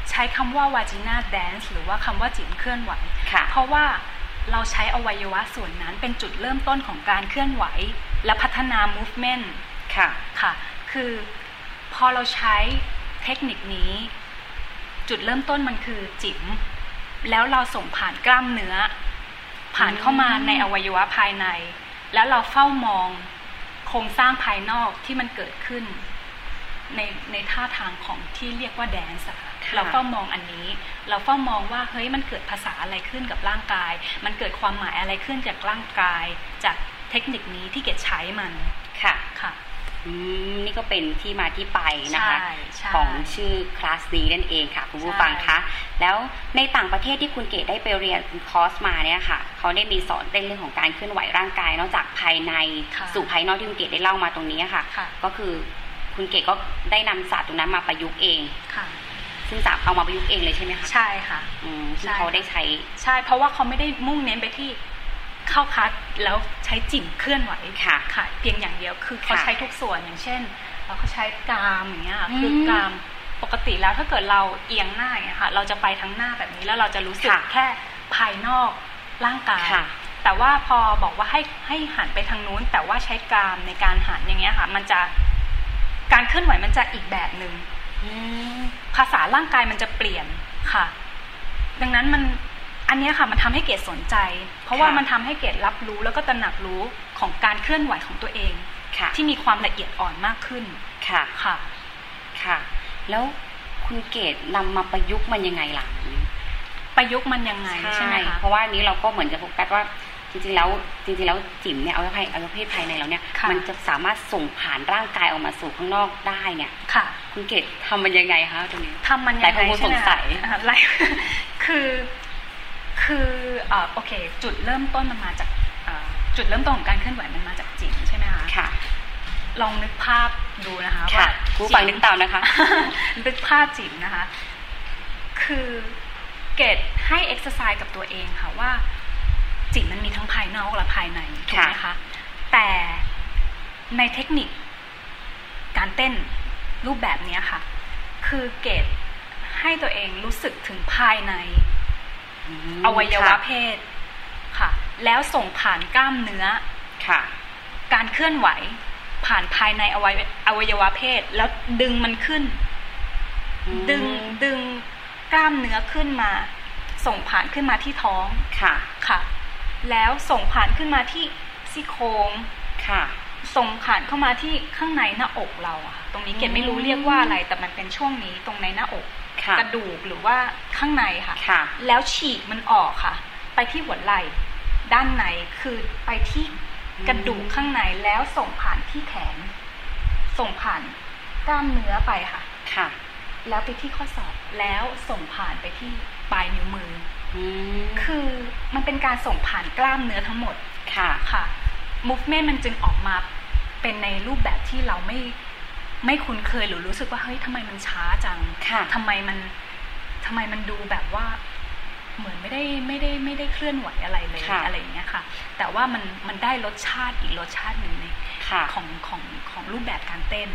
ใช้คำว่าวาจิน่าแดนซ์หรือว่าคำว่าจิ๋มเคลื่อนไหว
ค่ะ
เพราะว่าเราใช้อวัยวะส่วนนั้นเป็นจุดเริ่มต้นของการเคลื่อนไหว และพัฒนา movement
ค่ะ
ค่ะ คือพอเราใช้เทคนิคนี้ จุดเริ่มต้นมันคือจิ๋มแล้วเราส่งผ่านกล้ามเนื้อ ผ่านเข้ามาในอวัยวะภายใน แล้วเราเฝ้ามองโครงสร้างภายนอกที่มันเกิดขึ้น ในในท่าทางของที่เรียกว่าแดนซ์อะค่ะ
ค่ะ
เราเฝ้ามองอันนี้ เราเฝ้ามองว่าเฮ้ยมันเกิดภาษาอะไรขึ้นกับร่างกาย มันเกิดความหมายอะไรขึ้นจากร่างกาย จากเทคนิคนี้ที่เกดใช้มัน
ค่ะ
ค่ะ
อืมนี่ก็เป็นที่มาที่ไปนะคะ
ใช่ใช่
ของชื่อคลาสนี้นั่นเองค่ะ คุณผู้ฟังคะแล้วในต่างประเทศที่คุณเกดได้ไปเรียนคอร์สมาเนี่ยค่ะเขาได้มีสอนเต้นเรื่องของการเคลื่อนไหวร่างกายนอกจากภายใน
ค่ะ
สู่ภายนอกที่คุณเกดได้เล่ามาตรงนี้ค่ะ
ค่ะ
ก็คือคุณเกดก็ได้นำศาสตร์ตรงนั้นมาประยุกต์เอง
ค่ะ
ซึ่งสามเอามาประยุกต์เองเลยใช่ไหมคะ
ใช่ค่ะ
อืม
ใช่
ที่เขาได้ใช้
ใช่เพราะว่าเขาไม่ได้มุ่งเน้นไปที่เข้าคัดแล้วใช้จิ่มเคลื่อนไหว
ค่ะ
ค่ะ เพียงอย่างเดียวคือเขา
ค่ะ
ใช้ทุกส่วนอย่างเช่นเราก็ใช้กรามอย่างเงี้ยค่ะ
อืม
คือกรามปกติแล้วถ้าเกิดเราเอียงหน้าอย่างเงี้ยค่ะ เราจะไปทั้งหน้าแบบนี้แล้วเราจะรู้สึก
ค่ะ
แค่ภายนอกร่างกาย
ค่ะ
แต่ว่าพอบอกว่าให้ให้หันไปทางนู้น แต่ว่าใช้กรามในการหันอย่างเงี้ยค่ะ มันจะการเคลื่อนไหวมันจะอีกแบบหนึ่ง
อืม
ภาษาร่างกายมันจะเปลี่ยนค่ะ ดังนั้นมันอันเนี้ยค่ะ มันทำให้เกดสนใจ เพราะว่า
ค่ะ
มันทำให้เกดรับรู้แล้วก็ตระหนักรู้ของการเคลื่อนไหวของตัวเอง
ค่ะ
ที่มีความละเอียดอ่อนมากขึ้น
ค่ะ
ค่ะ
ค่ะ แล้วคุณเกดนำมาประยุกต์มันยังไงล่ะ
ประยุกต์มันยังไงใช่ไหมคะ
เพราะว่าอันนี้เราก็เหมือนจะโฟกัสว่าจริงๆแล้วจริงๆแล้วจิ๋มเนี่ยเอาไว้ภายเอาไว้เพศภายในเราเนี่ย
ค่ะ
มันจะสามารถส่งผ่านร่างกายออกมาสู่ข้างนอกได้เนี่ย
ค่ะ
คุณเกดทำมันยังไงคะตรงนี้
ทำมันยัง
ห
ไง
ลายคนคงสง
ใช่ไหม
สัย
อ่ะหลาย [LAUGHS] คือคือเอ่อโอเค จุดเริ่มต้นมันมาจากเอ่อจุดเริ่มต้นของการเคลื่อนไหวมันมาจากจิตใช่ไหมคะ
ค่ะ
ลองนึกภาพดูนะคะ
ค่ะ
ว่า
ผู้ฟัง
จิ๋
นึ
ม
กตามนะคะ
[LAUGHS] นึกภาพจิ๋มนะคะ คือเกดให้เอ็กซ์ไซส์กับตัวเองค่ะว่า จิ๋มมันมีทั้งภายนอกและภายในถูกไหมคะ แต่ในเทคนิคการเต้นรูปแบบเนี้ยค่ะ คือเกดให้ตัวเองรู้สึกถึงภายใน อวัยวะเพศค่ะ แล้วส่งผ่านกล้ามเนื้อ
ค่ะ
การเคลื่อนไหวผ่านภายในอวัยอวัยวะเพศ แล้วดึงมันขึ้น
อืม
ดึงดึงกล้ามเนื้อขึ้นมา ส่งผ่านขึ้นมาที่ท้อง
ค่ะ
ค่ะ แล้วส่งผ่านขึ้นมาที่ซี่โครง
ค่ะ
ส่งผ่านเข้ามาที่ข้างในหน้าอกเราอะค่ะตรงนี้เกดไม่รู้เรียกว่าอะไร แต่มันเป็นช่วงนี้ตรงในหน้าอก
ค่ะ
กระดูกหรือว่าข้างในค่ะ
ค่ะ
แล้วฉีกมันออกค่ะ ไปที่หัวไหล่ด้านในคือไปที่กระดูกข้างในแล้วส่งผ่านที่แขน ส่งผ่านกล้ามเนื้อไปค่ะ
ค่ะ
แล้วไปที่ข้อศอกแล้วส่งผ่านไปที่ปลายนิ้วมือ
อืม
คือมันเป็นการส่งผ่านกล้ามเนื้อทั้งหมด
ค่ะ
ค่ะ movement มันจึงออกมาเป็นในรูปแบบที่เราไม่ไม่คุ้นเคยหรือรู้สึกว่าเฮ้ยทำไมมันช้าจังทำไมมันทำไมมันดูแบบว่า เหมือนไม่ได้ไม่ได้ไม่ได้เคลื่อนไหวอะไรเลย
ค่ะ
อะไรอย่างเงี้ยค่ะ แต่ว่ามันมันได้รสชาติอีกรสชาติหนึ่งในของของของรูปแบบการเต้น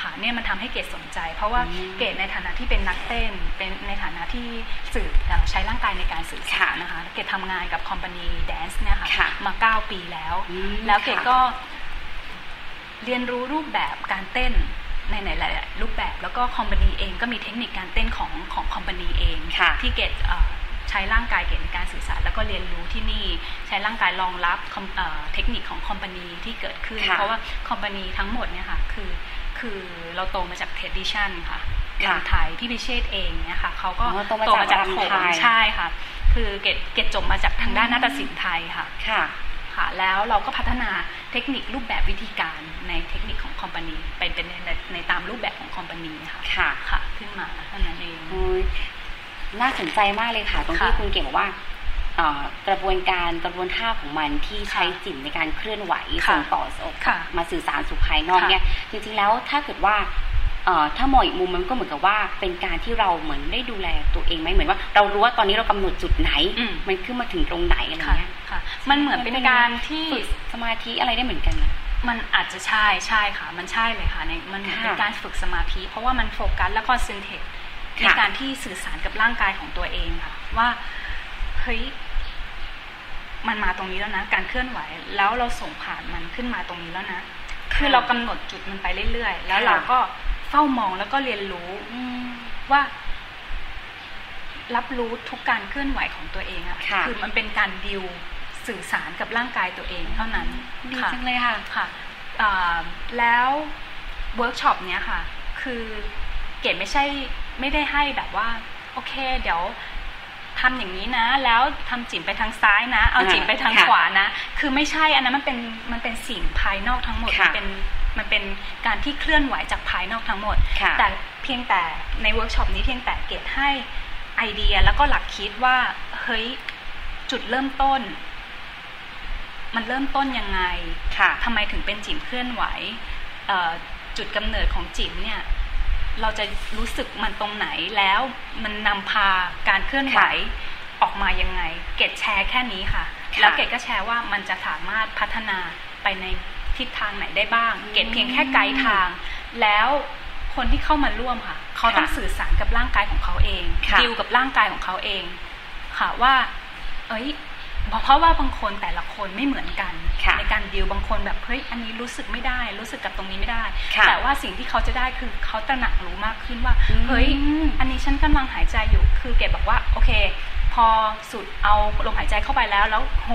ค่ะเนี่ยมันทำให้เกดสนใจ เพราะว่าเกดในฐานะที่เป็นนักเต้น เป็นในฐานะที่สื่อเอ่อใช้ร่างกายในการสื่อสารนะคะเกดทำงานกับคอมพานีแดนซ์เนี่ยค่ะ มาเก้าปีแล้ว แล้วเกดก็ เรียนรู้รูปแบบการเต้นในหลายๆรูปแบบแล้วก็คอมพานีเองก็มีเทคนิคการเต้นของของคอมพานีเองที่เกดเอ่อใช้ร่างกายเกดในการสื่อสารแล้วก็เรียนรู้ที่นี่ใช้ร่างกายรองรับคอมเอ่อเทคนิคของคอมพานีที่เกิดขึ้น
ค่ะ
เพราะว่าคอมพานีทั้งหมดเนี่ยค่ะคือคือเราโตมาจากเทดิชันค่ะรำไทยพี่พิเชษเองเนี่ยค่ะเขาก็
อ๋อโตมาจากรำไทย
ใช่ค่ะ คือเกดเกดจบมาจากทางด้านนาฏศิลป์ไทยค่ะ
ค่ะ
ค่ะ แล้วเราก็พัฒนาเทคนิครูปแบบวิธีการในเทคนิคของคอมพานีเป็นเป็นในในในตามรูปแบบของคอมพานีค่ะ
ค่ะ
ค่ะ ขึ้นมาเท่านั้นเอง
โอ้ยน่าสนใจมากเลยค่ะ ตรงที่คุณเก๋บอกว่าเอ่อกระบวนการกระบวนท่าของมันที่ใช้จิตในการเคลื่อนไหวส่งต่อส่งมาสื่อสารสู่ภายนอกเนี่ย จริงๆแล้วถ้าเกิดว่าเอ่อถ้ามองอีกมุมมันก็เหมือนกับว่าเป็นการที่เราเหมือนได้ดูแลตัวเองไหมเหมือนว่า เรารู้ว่าตอนนี้เรากำหนดจุดไหน มันขึ้นมาถึงตรงไหนอะไรเงี้ย
ค่ะ มันเหมือนเป็นการที่
สมาธิอะไรได้เหมือนกันนะ
มันอาจจะใช่ใช่ค่ะ มันใช่เลยค่ะในมันเหมือนเป็น
ค่ะ
การฝึกสมาธิ เพราะว่ามันโฟกัสและคอนเซนเทรต
ค่ะ
ในการที่สื่อสารกับร่างกายของตัวเองค่ะ ว่าเฮ้ยมันมาตรงนี้แล้วนะ การเคลื่อนไหว แล้วเราส่งผ่านมันขึ้นมาตรงนี้แล้วนะคือเรากำหนดจุดมันไปเรื่อยๆ แล้วเราก็เฝ้ามองแล้วก็เรียนรู้ว่า รับรู้ทุกการเคลื่อนไหวของตัวเองอะ
ค่ะ
อมันเป็นการดิวสื่อสารกับร่างกายตัวเองเท่านั้น
ดีจังเลยค่ะ
ค่ะอ่าแล้วเวิร์กช็อปเนี้ยค่ะ คือเกดไม่ใช่ไม่ได้ให้แบบว่า โอเค เดี๋ยวทำอย่างนี้นะ แล้วทำจิ๋มไปทางซ้ายนะ เอา
อ่า
จิ๋มไปทาง
ค่ะ
ขวานะ คือไม่ใช่อันนั้นมันเป็นมันเป็นสิ่งภายนอกทั้งหมด มั
ค่ะ
นเป็นมันเป็นการที่เคลื่อนไหวจากภายนอกทั้งหมด
ค่ะ
แต่เพียงแต่ในเวิร์กช็อปนี้เพียงแต่เกดให้ไอเดียแล้วก็หลักคิดว่าเฮ้ยจุดเริ่มต้น มันเริ่มต้นยังไง ทำไมถึงเป็นจิ๋มเคลื่อนไหวเอ่อจุดกำเนิดของจิ๋มเนี่ย เราจะรู้สึกมันตรงไหนแล้วมันนำพาการเคลื่อนไหวออกมายังไง เกดแชร์แค่นี้ค่ะ
ค่ะ
แล้วเกดก็แชร์ว่ามันจะสามารถพัฒนาไปในทิศทางไหนได้บ้าง เกดเพียงแค่ไกด์ทาง แล้วคนที่เข้ามาร่วมค่ะ เขาต้องสื่อสารกับร่างกายของเขาเอง
ค่ะ
ดิวกับร่างกายของเขาเอง ค่ะว่า เอ้ย เพราะว่าบางคนแต่ละคนไม่เหมือนกัน ในการดิวบางคนแบบเฮ้ยอันนี้รู้สึกไม่ได้ รู้สึกกับตรงนี้ไม่ได้
ค่ะ
แต่ว่าสิ่งที่เขาจะได้คือเขาตระหนักรู้มากขึ้นว่า
อืม
เฮ้ยอันนี้ฉันกำลังหายใจอยู่ คือเกดบอกว่าโอเค พอสุดเอาลมหายใจเข้าไปแล้ว แล้วโฮ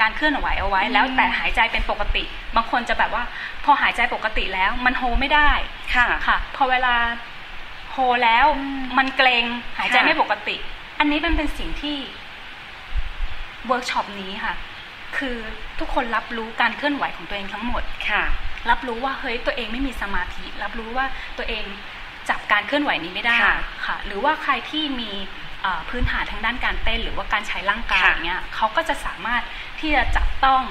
การเคลื่อนไหวเอาไว้
อืม
แล้วแต่หายใจเป็นปกติ บางคนจะแบบว่า พอหายใจปกติแล้วมันโฮไม่ได้
ค่ะ
ค่ะพอเวลาโฮแล้วมันเกรงหายใจ
ค่ะ
ไม่ปกติ อันนี้มันเป็นสิ่งที่ เวิร์กช็อปนี้ค่ะ คือทุกคนรับรู้การเคลื่อนไหวของตัวเองทั้งหมด
ค่ะ
รับรู้ว่าเฮ้ยตัวเองไม่มีสมาธิ รับรู้ว่าตัวเองจับการเคลื่อนไหวนี้ไม่ได้
ค่ะ
ค่ะ หรือว่าใครที่มีเอ่อพื้นฐานทางด้านการเต้น หรือว่าการใช้ร่างกาย
ค่ะ
เนี้ยเขาก็จะสามารถที่จะจับต้อง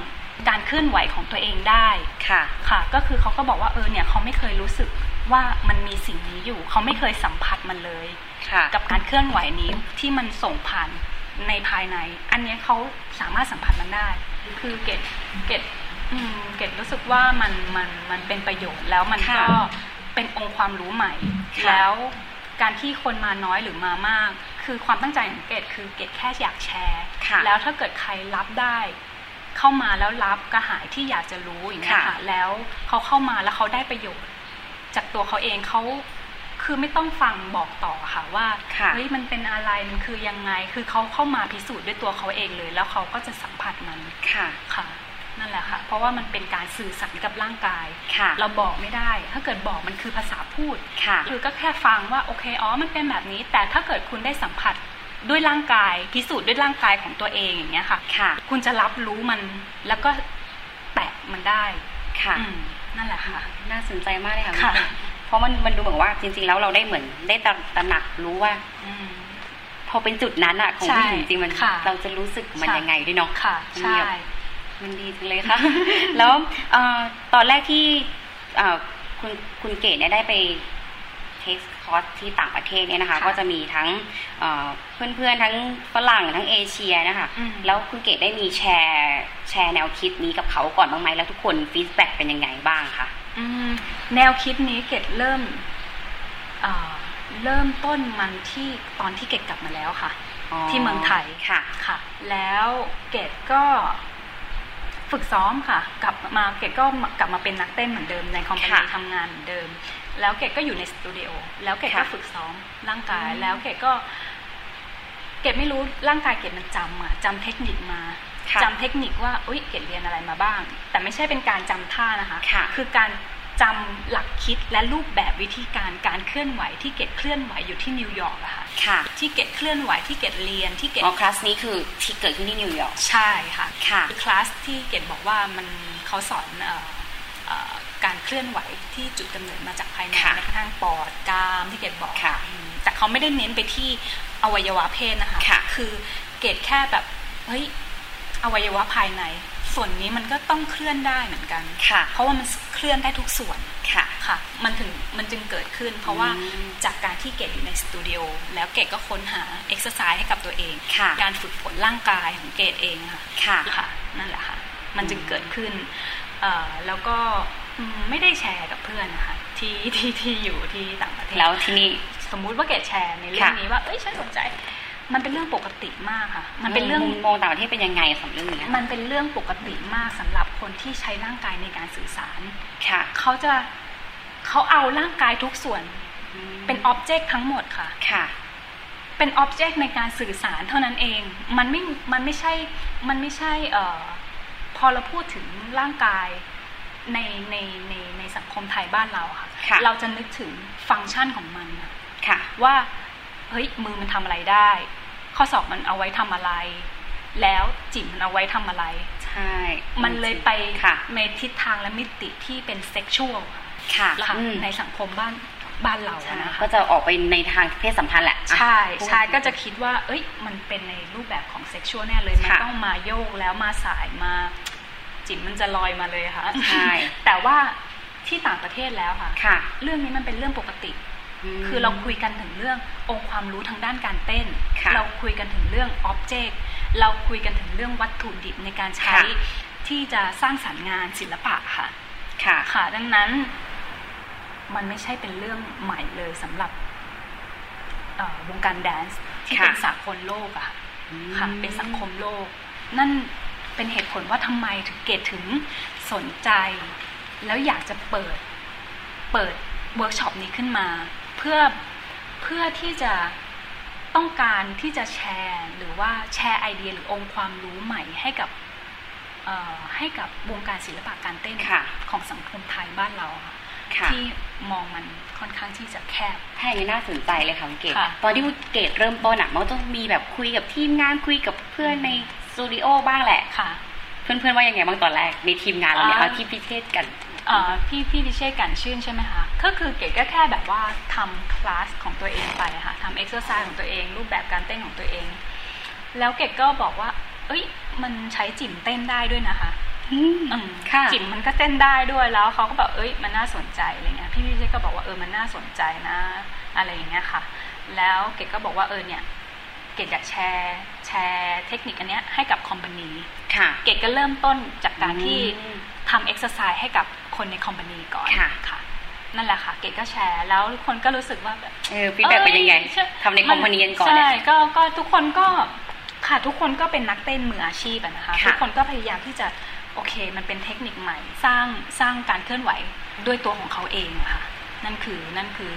การเคลื่อนไหวของตัวเองได้
ค่ะ
ค่ะ ก็คือเขาก็บอกว่าเออเนี่ยเขาไม่เคยรู้สึกว่ามันมีสิ่งนี้อยู่ เขาไม่เคยสัมผัสมันเลย
ค่ะ
กับการเคลื่อนไหวนี้ที่มันส่งผ่านในภายใน อันเนี้ยเขาสามารถสัมผัสมันได้ คือเกดเกดอืมเกดรู้สึกว่ามันมันมันเป็นประโยชน์แล้วมัน
ค่ะ
ก็เป็นองค์ความรู้ใหม่
ค่ะ
แล้วการที่คนมาน้อยหรือมามาก คือความตั้งใจของเกดคือเกดแค่อยากแชร์
ค่ะ
แล้วถ้าเกิดใครรับได้ เข้ามาแล้วรับกระหายที่อยากจะรู้อย่างเงี้ยค่ะ แล้วเขาเข้ามาแล้วเขาได้ประโยชน์ จากตัวเขาเองเขาคือไม่ต้องฟังบอกต่อค่ะว่า
ค่ะ
เฮ้ยมันเป็นอะไรมันคือยังไง คือเขาเข้ามาพิสูจน์ด้วยตัวเขาเองเลย แล้วเขาก็จะสัมผัสมัน
ค่ะ
ค่ะนั่นแหละค่ะ เพราะว่ามันเป็นการสื่อสารกับร่างกาย
ค่ะ
เราบอกไม่ได้ ถ้าเกิดบอกมันคือภาษาพูด
ค่ะ
คือก็แค่ฟังว่าโอเคอ๋อมันเป็นแบบนี้ แต่ถ้าเกิดคุณได้สัมผัสด้วยร่างกาย พิสูจน์ด้วยร่างกายของตัวเองอย่างเงี้ยค่ะ
ค่ะ
คุณจะรับรู้มันแล้วก็แตะมันได้
ค่ะ
อืมนั่นแหละค่ะ
น่าสนใจมากเลยค่ะ
ค่ะ
เพราะมันมันดูเหมือนว่าจริง ๆ แล้วเราได้เหมือนได้ตระตระหนักรู้ว่า
อืม
พอเป็นจุดนั้นอะของ
ใช่
ผู้หญิงจริงๆมัน
ค่ะ
เราจะรู้สึกมัน
ค่ะ
ยังไงด้วยเนาะ
ค่ะ
มันมี
ใช่
แบบ มันดีจังเลยค่ะ [LAUGHS] แล้วเออตอนแรกที่เอ่อคุณคุณเกดเนี่ยได้ไปเทคคอร์สที่ต่างประเทศเนี่ยนะคะ ก็จะมีทั้งเอ่อเพื่อนๆทั้งฝรั่งทั้งเอเชียนะคะ
อืม
แล้วคุณเกดได้มีแชร์แชร์แนวคิดนี้กับเขาก่อนบ้างไหมแล้วทุกคนฟีดแบ็กเป็นยังไงบ้างคะ
อืมแนวคิดนี้เกดเริ่มเอ่อเริ่มต้นมันที่ตอนที่เกดกลับมาแล้วค่ะ ที่เมืองไทย
ค่ะ
ค่ะ แล้วเกดก็ฝึกซ้อมค่ะ กลับมาเกดก็กลับมาเป็นนักเต้นเหมือนเดิมในคอมพานีทำงานเหมือนเดิม แล้วเกดก็อยู่ในสตูดิโอแล้วเกดก็ฝึกซ้อมร่างกาย แล้วเกดก็ เกดไม่รู้ร่างกายเกดมันจำอะจำเทคนิคมาจำเทคนิคว่าอุ้ยเกดเรียนอะไรมาบ้าง แต่ไม่ใช่เป็นการจำท่านะคะ คือการจำหลักคิดและรูปแบบวิธีการการเคลื่อนไหวที่เกดเคลื่อนไหวอยู่ที่นิวยอร์กอะค่ะ
ค่ะ
ที่เกดเคลื่อนไหวที่เกดเรียนที่เกด
อ๋อคลาสนี้คือที่เกิดขึ้นที่นิวยอร์ก
ใช่ค่ะ
ค่ะ
อคลาสที่เกดบอกว่ามันเขาสอนเอ่อเอ่อการเคลื่อนไหวที่จุดกำเนิดมาจากภายในแม้กระทั่งปอดกรามที่เกดบอก
ค่ะ
อืมแต่เขาไม่ได้เน้นไปที่อวัยวะเพศนะคะ
ค่ะ
คือเกดแค่แบบเฮ้ยอวัยวะภายใน ส่วนนี้มันก็ต้องเคลื่อนได้เหมือนกัน
ค่ะ
เพราะว่ามันเคลื่อนได้ทุกส่วน
ค่ะ
ค่ะ มันถึงมันจึงเกิดขึ้น เพราะว่า
อืม
จากการที่เกดอยู่ในสตูดิโอแล้วเกดก็ค้นหาเอ็กซ์ไซส์ให้กับตัวเอง
ค่ะ
การฝึกฝนร่างกายของเกดเองค่ะ
ค่ะ
ค่ะนั่นแหละค่ะ มันจึงเกิดขึ้นเอ่อแล้วก็อืมไม่ได้แชร์กับเพื่อนนะคะที่ [LAUGHS] ที่ที่อยู่ที่ต่างประเทศ
แล้วทีนี้
สมมุติว่าเกดแชร์ในเรื่อง
ค่ะ
นี้ว่าเอ้ยฉันสนใจ มันเป็นเรื่องปกติมากค่ะ มันเป็นเรื่อง
มุมมองต่างประเทศเป็นยังไงสำหรับเรื่องนี้
มันเป็นเรื่องปกติมากสำหรับคนที่ใช้ร่างกายในการสื่อสาร
ค่ะ
เขาจะเขาเอาร่างกายทุกส่วนเป็นอ็อบเจกต์ทั้งหมดค่ะ
ค่ะ
เป็นอ็อบเจกต์ในการสื่อสารเท่านั้นเอง มันไม่ มันไม่ใช่ มันไม่ใช่เอ่อพอเราพูดถึงร่างกายในในในในสังคมไทยบ้านเราอะค่ะ
ค่ะ
เราจะนึกถึงฟังก์ชันของมันอะ
ค่ะ
ว่า เฮ้ย มือมันทำอะไรได้ ข้อศอกมันเอาไว้ทำอะไร แล้วจิ๋มมันเอาไว้ทำอะไร
ใช่
มันเลยไป
ค่ะ
ในทิศทางและมิติที่เป็นเซ็กชวลค่ะ
ค่ะ
ค่ะ
อืม
ในสังคมบ้านบ้านเราอะนะคะ
ก็จะออกไปในทางเพศสัมพันธ์แหละอ่ะ
ใช่
พูด
ใช่ก็จะคิดว่า เอ้ย มันเป็นในรูปแบบของเซ็กชวลแน่เลย มัน
ค่ะ
ต้องมาโยกแล้วมาสายมา จิ๋มมันจะลอยมาเลยค่ะ
ใช่
แต่ว่าที่ต่างประเทศแล้วค่ะ
ค่ะ
เรื่องนี้มันเป็นเรื่องปกติ
ม
คือเราคุยกันถึงเรื่ององค์ความรู้ทางด้านการเต้น
ค่ะ
เราคุยกันถึงเรื่องอ็อบเจกต์เราคุยกันถึงเรื่องวัตถุดิบในการใช้
ค่ะ
ที่จะสร้างสรรค์งานศิลปะค่ะ
ค่ะ
ค่ะดังนั้นมันไม่ใช่เป็นเรื่องใหม่เลยสำหรับเอ่อวงการแดนซ์ที่
ค่ะ
เป็นสากลโลกอะค่ะค่ะเป็นสังคมโลก นั่นเป็นเหตุผลว่าทำไมถึงเกดถึงสนใจ แล้วอยากจะเปิดเปิดเวิร์กช็อปนี้ขึ้นมา เพื่อเพื่อที่จะต้องการที่จะแชร์หรือว่าแชร์ไอเดียหรือองค์ความรู้ใหม่ให้กับ เอ่อให้กับวงการศิลปะการเต้น
ค่ะ
ของสังคมไทยบ้านเราอะ
ค่ะ
ที่มองมันค่อนข้างที่จะแคบ
ถ้าอย่างนี้น่าสนใจเลยค่ะคุณเกด
ค่ะ
ตอนที่คุณเกดเริ่มต้นอ่ะมันก็ต้องมีแบบคุยกับทีมงานคุยกับเพื่อนในสตูดิโอบ้างแหละ
ค่ะ
เพื่อนๆว่ายังไงบ้างตอนแรกในทีมงานเราเนี่ย
อ่า
เอาที่พิเศษกัน
เอ่อพี่พี่พิเชษกันชื่นใช่ไหมคะ ก็คือเก๋ก็แค่แบบว่าทำคลาสของตัวเองไปอะค่ะทำเอ็กซ์เซอร์ไซส์ของตัวเอง รูปแบบการเต้นของตัวเอง แล้วเก๋ก็บอกว่า เอ้ย มันใช้จิ๋มเต้นได้ด้วยนะคะ อืม
ค่ะ
จิ๋มมันก็เต้นได้ด้วยแล้วเขาก็แบบเอ้ยมันน่าสนใจอะไรเงี้ยพี่พี่เจ๊ก็บอกว่าเออมันน่าสนใจนะ อะไรอย่างเงี้ยค่ะ แล้วเกดก็บอกว่าเออเนี่ยเกดอยากแชร์แชร์เทคนิคอันเนี้ยให้กับคอมพานี
ค่ะ
เกดก็เริ่มต้นจากการที่
อืม
ทำเอ็กซ์ไซส์ให้กับคนในคอมพานีก่อน
ค่ะ
นั่นแหละค่ะ เกดก็แชร์แล้วทุกคนก็รู้สึกว่าแบบ
เออฟีดแบ็กเป็นยังไง
ช่
ทำในคอมพานีกันก่อนเนี่
ใช่
ย
ก็ก็ทุกคนก็ค่ะทุกคนก็เป็นนักเต้นมืออาชีพอะนะคะ
ค่ะ
ทุกคนก็พยายามที่จะโอเค มันเป็นเทคนิคใหม่ สร้างสร้างการเคลื่อนไหวด้วยตัวของเขาเองอะค่ะนั่นคือนั่นคือ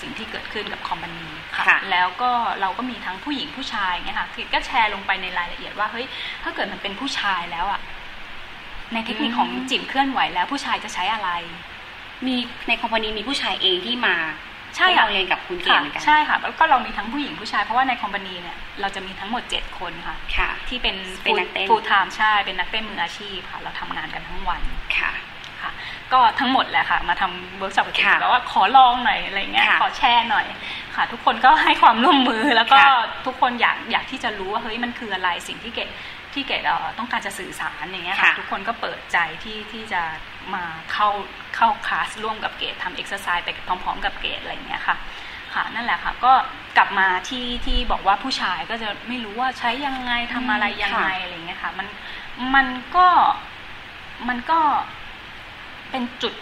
สิ่งที่เกิดขึ้นกับคอมพานี
ค่ะ
แล้วก็เราก็มีทั้งผู้หญิงผู้ชายเงี้ยค่ะคือก็แชร์ลงไปในรายละเอียดว่าเฮ้ยถ้าเกิดมันเป็นผู้ชายแล้วอะในเทคนิคของจิ๋มเคลื่อนไหวแล้วผู้ชายจะใช้อะไร
มีในคอมพานีมีผู้ชายเองที่มา
ใช่
ห้
ค่ะ
เราเรียนกับคุณเกด
ค่ะ
เหมือนกัน
ใช่ค่ะ แล้วก็เรามีทั้งผู้หญิงผู้ชายเพราะว่าในคอมพานีเนี่ยเราจะมีทั้งหมด 7 คนค่ะ
ค่ะ
ที่เป็น
เป็นนักเต้น
ฟูลไทม์ใช่ เป็นนักเต้นมืออาชีพค่ะ เราทำงานกันทั้งวัน
ค่ะ
ค่ะ ก็ทั้งหมดแหละค่ะ มาทำเวิร์กช็อปกับเก
ค่ะ
แล้วว่าขอลองหน่อยอะไรเงี้ย
ค่ะ
ขอแชร์หน่อยค่ะ ทุกคนก็ให้ความร่วมมือแล้วก็
ค่ะ
ทุกคนอยากอยากที่จะรู้ว่าเฮ้ยมันคืออะไรสิ่งที่เกด ที่เกดเอ่อต้องการจะสื่อสารอย่างเงี้ยค่ะ ทุกคนก็เปิดใจที่ที่จะมาเข้าเข้าคลาสร่วมกับเกดทำเอ็กซ์ไซส์ไปพร้อม ๆ กับเกดอะไรอย่างเงี้ยค่ะ ค่ะนั่นแหละค่ะ ก็กลับมาที่ที่บอกว่าผู้ชายก็จะไม่รู้ว่าใช้ยังไงทำอะไร
อืม
ยังไง
ค่ะ
อะไรอย่างเงี้ยค่ะมันมันก็มันก็เป็นจุด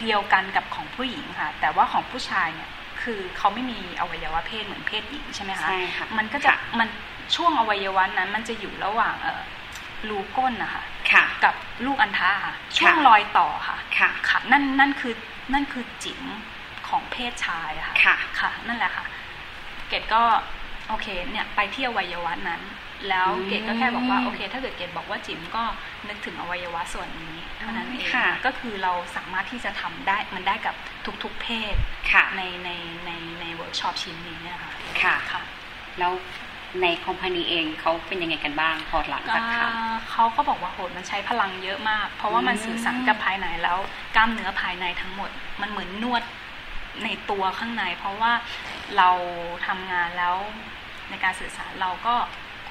เดียวกันกับของผู้หญิงค่ะ แต่ว่าของผู้ชายเนี่ยคือเขาไม่มีอวัยวะเพศเหมือนเพศหญิงใช่ไหมคะ
ใช่ค่ะ
มันก็จะมันช่วงอวัยวะนั้น มันจะอยู่ระหว่างเอ่อรูก้นนะคะ
ค่ะ
กับลูกอันทะค่ะช่วงรอยต่อค่ะ
ค่ะ
ค่ะนั่นนั่นคือนั่นคือจิ๋มของเพศชายอะค่ะ
ค่ะ
ค่ะนั่นแหละค่ะ เกดก็โอเคเนี่ยไปที่อวัยวะนั้น แล้ว
อืม
เกดก็แค่บอกว่าโอเค ถ้าเกิดเกดบอกว่าจิ๋มก็นึกถึงอวัยวะส่วนนี้เท่านั้นเอง
ค่ะ
ก็คือเราสามารถที่จะทำได้มันได้กับทุกๆเพศ
ค่ะ
ในในในในเวิร์กช็อปชิ้นนี้เนะคะ
ค่ะ
ค่ะ
แล้วในคอมพานีเองเขาเป็นยังไงกันบ้างพอหลังจากท
อ่าเขาก็บอกว่าโหมันใช้พลังเยอะมาก เพราะว่ามัน
อืม
สื่อสารกับภายในแล้ว กล้ามเนื้อภายในทั้งหมด มันเหมือนนวดในตัวข้างใน เพราะว่าเราทำงานแล้ว ในการสื่อสารเราก็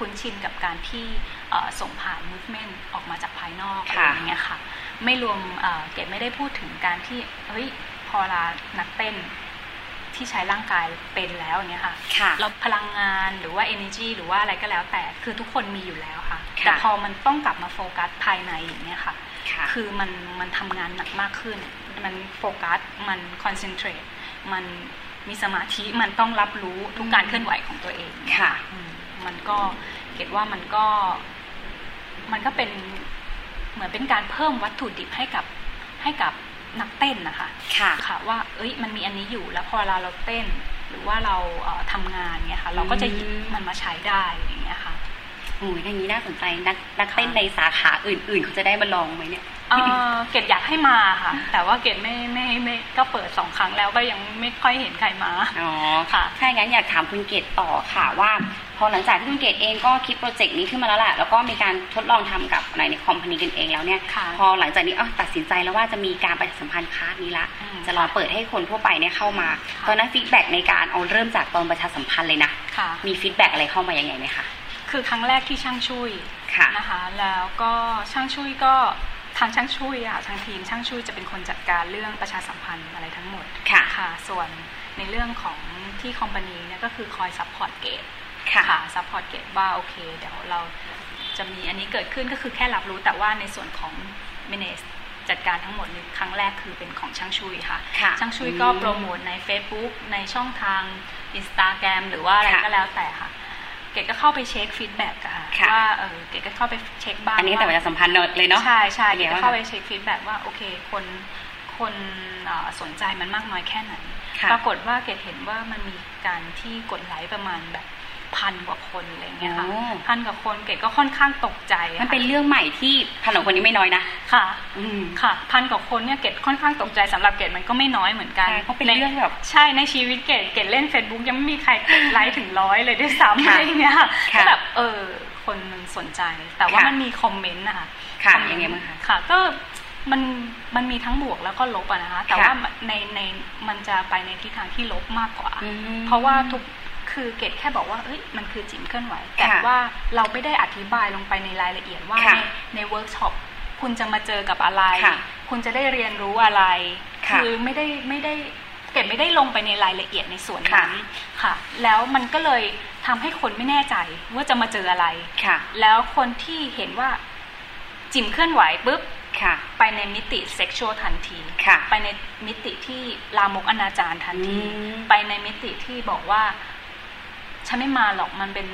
คุ้นชินกับการที่เอ่อส่งผ่าน movement ออกมาจากภายนอกอะไร
ค่ะ
อย่างเงี้ยค่ะ ไม่รวมเอ่อเกดไม่ได้พูดถึงการที่เฮ้ยพอลานักเต้นที่ใช้ร่างกายเป็นแล้วอย่างเงี้ยค่ะ
ำค่ะ
เราพลังงานหรือว่า energy หรือว่าอะไรก็แล้วแต่คือทุกคนมีอยู่แล้วค่ะ
ค่ะ
แต่พอมันต้องกลับมาโฟกัสภายในอย่างเงี้ยค่ะ
ค่ะ
คือมันมันทำงานหนักมากขึ้น มันโฟกัส มันคอนเซนเทรต มันมีสมาธิ มันต้องรับรู้ทุกการเคลื่อนไหวของตัวเอง
ค่ะ
อืมมันก็เก็ดว่ามันก็ มันก็เป็นเหมือนเป็นการเพิ่มวัตถุดิบให้กับให้กับนักเต้นนะคะ
ค่ะ
ค่ะว่าเอ้ยมันมีอันนี้อยู่แล้วพอเราเราเต้น หรือว่าเราเอ่อทำงานเนี่ยค่ะ เราก็จะหยิบ
อืม
มันมาใช้ได้อย่างเงี้ยค่ะ
โอ้ยอย่างนี้น่าสนใจนักนักเต้นในสาขาอื่นๆเขาจะได้มาลองไหมเนี่ย
เอ่อเกดอยากให้มาค่ะ แต่ว่าเกดไม่ไม่ไม่ก็เปิดสองครั้งแล้วก็ยังไม่ค่อยเห็นใครมา
อ๋อ
ค่ะ
ถ้าอย่างนั้นอยากถามคุณเกตต่อค่ะว่า พอหลังจากที่คุณเกตเองก็คิดโปรเจกต์นี้ขึ้นมาแล้วแหละแล้วก็มีการทดลองทำกับในในคอมพานีกันเองแล้วเนี่ย
ค่ะ
พอหลังจากนี้อ้าวตัดสินใจแล้วว่าจะมีการประชาสัมพันธ์คลาสนี้ละ
อืม
จะลองเปิดให้คนทั่วไปเนี่ยเข้ามา ตอนนั้นฟีดแบ็กในการเอาเริ่มจากตอนประชาสัมพันธ์เลยนะ
ค่ะ
มีฟีดแบ็กอะไรเข้ามายังไงไหมคะ
คือครั้งแรกที่ช่างช่วย
ค่ะ
นะคะ แล้วก็ช่างช่วยก็ทางช่างช่วยอ่ะทางทีมช่างช่วยจะเป็นคนจัดการเรื่องประชาสัมพันธ์อะไรทั้งหมด
ค่ะ
ค่ะ ส่วนในเรื่องของที่คอมพานีเนี่ยก็คือคอยซัพพอร์ตเกด
ค่ะ
ค่ะซัพพอร์ตเกตว่าโอเค เดี๋ยวเราจะมีอันนี้เกิดขึ้นก็คือแค่รับรู้แต่ว่าในส่วนของเมเนสจัดการทั้งหมดในครั้งแรกคือเป็นของช่างชุยค่ะ
ค่ะ
ช่างชุยก็
อืม
โปรโมทใน Facebook ในช่องทาง Instagram หรือว่าอะไร
ค่ะ
ก็แล้วแต่ค่ะ เกดก็เข้าไปเช็คฟีดแบ็กค่ะ
ค่ะ
ว่าเออเกดก็เข้าไปเช็คบ้าง
อันนี้ตั้งแต่ประ
ว่า
ชาสัมพันธ์เลยเนาะ
ใช่ใช่
เป็นไง
เดี๋ยว
บ้าง
เข้าไปเช็คฟีดแบ็กว่าโอเคคนคนเอ่อสนใจมันมากน้อยแค่ไหน
ค่ะ
ปรากฏว่าเกดเห็นว่ามันมีการที่กดไลค์ประมาณแบบพันกว่าคนอะไรอย่างเงี้ยค่ะ
โอ้
พันกว่าคนเกดก็ค่อนข้างตกใจค่ะ
มันเป็นเรื่องใหม่ที่พันของคนนี้ไม่น้อยนะ
ค่ะ
อืม
ค่ะพันกว่าคนเนี่ยเกดค่อนข้างตกใจสำหรับเกดมันก็ไม่น้อยเหมือนกัน
ใช่เพราะเป็นเรื่องแบบ
ใช่ในชีวิตเกดเกดเล่น Facebook ยังไม่มีใครกดไลค์ถึงร้อยเลยด้วยซ้ำ
ค่ะ
อะไรอย่างเงี้ยค่ะ
ค่ะ
ก็แบบเออคนมันสนใจ แต่ว่า
ค่ะ
มันมีคอมเมนต์นะคะ
ค่ะ
อ
ยังไงบ้างคะ
ค่ะก็มันมันมีทั้งบวกแล้วก็ลบอะนะคะ แต่ว่า
ค่ะ
ในในมันจะไปในทิศทางที่ลบมากกว่า
อืม
เพราะว่าทุกคือเกดแค่บอกว่าเอ้ยมันคือจิ๋มเคลื่อนไหว แต่
ค่ะ
ว่าเราไม่ได้อธิบายลงไปในรายละเอียดว่า
ค่ะ
ในในเวิร์กช็อปคุณจะมาเจอกับอะไร
ค่ะ
คุณจะได้เรียนรู้อะไร
ค่ะ
อไม่ได้ไม่ได้เกดไม่ได้ลงไปในรายละเอียดในส่วน
ค่ะ
นั้นค่ะ แล้วมันก็เลยทำให้คนไม่แน่ใจว่าจะมาเจออะไร
ค่ะ
แล้วคนที่เห็นว่าจิ๋มเคลื่อนไหวปุ๊บ
ค่ะ
ไปในมิติเซ็กชวลทันที
ค่ะ
ไปในมิติที่ลามกอนาจารทันที
อืม
ไปในมิติที่บอกว่า ฉันไม่มาหรอกมันเป็น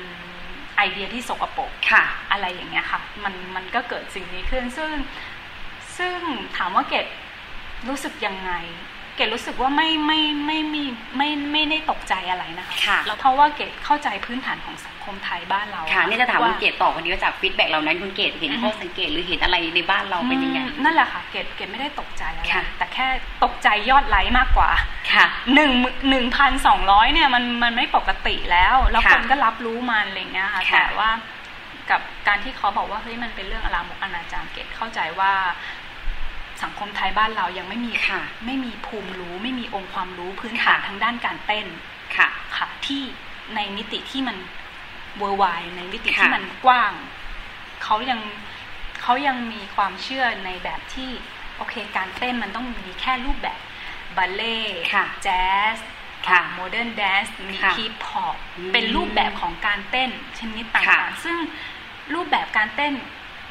ไอเดียที่สกปรก
ค่ะ
อะไรอย่างเงี้ยค่ะ มันมันก็เกิดสิ่งนี้ขึ้น ซึ่งซึ่งถามว่าเกดรู้สึกยังไง เกดรู้สึกว่าไม่ไม่ไม่ไมีไม่ไม่ได้ตกใจอะไรนะคะ
ค่ะ
แล้วเพราะว่าเกดเข้าใจพื้นฐานของสังคมไทยบ้านเรา
ค่ะนี่จะถาม
ว่
คุณเกดต่อวันนี้ว่าจากฟีดแบ็กเหล่านั้นคุณเกดเห็น
อืม
ข้อสังเกตหรือเห็นอะไรในบ้านเราเป็นยังไง
อืมนั่นแหละค่ะ เกดเกดไม่ได้ตกใจอะไร
ค่ะ
แต่แค่ตกใจยอดไลค์มากกว่า
ค่ะ
หนึ่งหนึ่งพันสองร้อยเนี่ยมันมันไม่ปกติแล้ว แล้ว
ค่ะ
คนก็รับรู้มันอะไรเงี้ยค่ะ
ค่ะ
แต่ว่ากับการที่เขาบอกว่าเฮ้ยมันเป็นเรื่องอลามกอนาจารเกดเข้าใจว่าสังคมไทยบ้านเรายังไม่มี
ค่ะ
ไม่มีภูมิรู้ ไม่มีองค์ความรู้พื้นฐานทางด้านการเต้น
ค่ะ
ค่ะที่ในมิติที่มันเวอร์ไวในมิติ
ค่ะ
ที่มันกว้าง เขายังเขายังมีความเชื่อในแบบที่ โอเค การเต้นมันต้องมีแค่รูปแบบบัลเล่
ค่ะ
แจ๊ส
ค่ะ
โมเดิร์นแดนซ์มี
ค่ะ
คีพอป
อืม
เป็นรูปแบบของการเต้นชนิดต่า
ค่ะ
งๆ ซึ่งรูปแบบการเต้น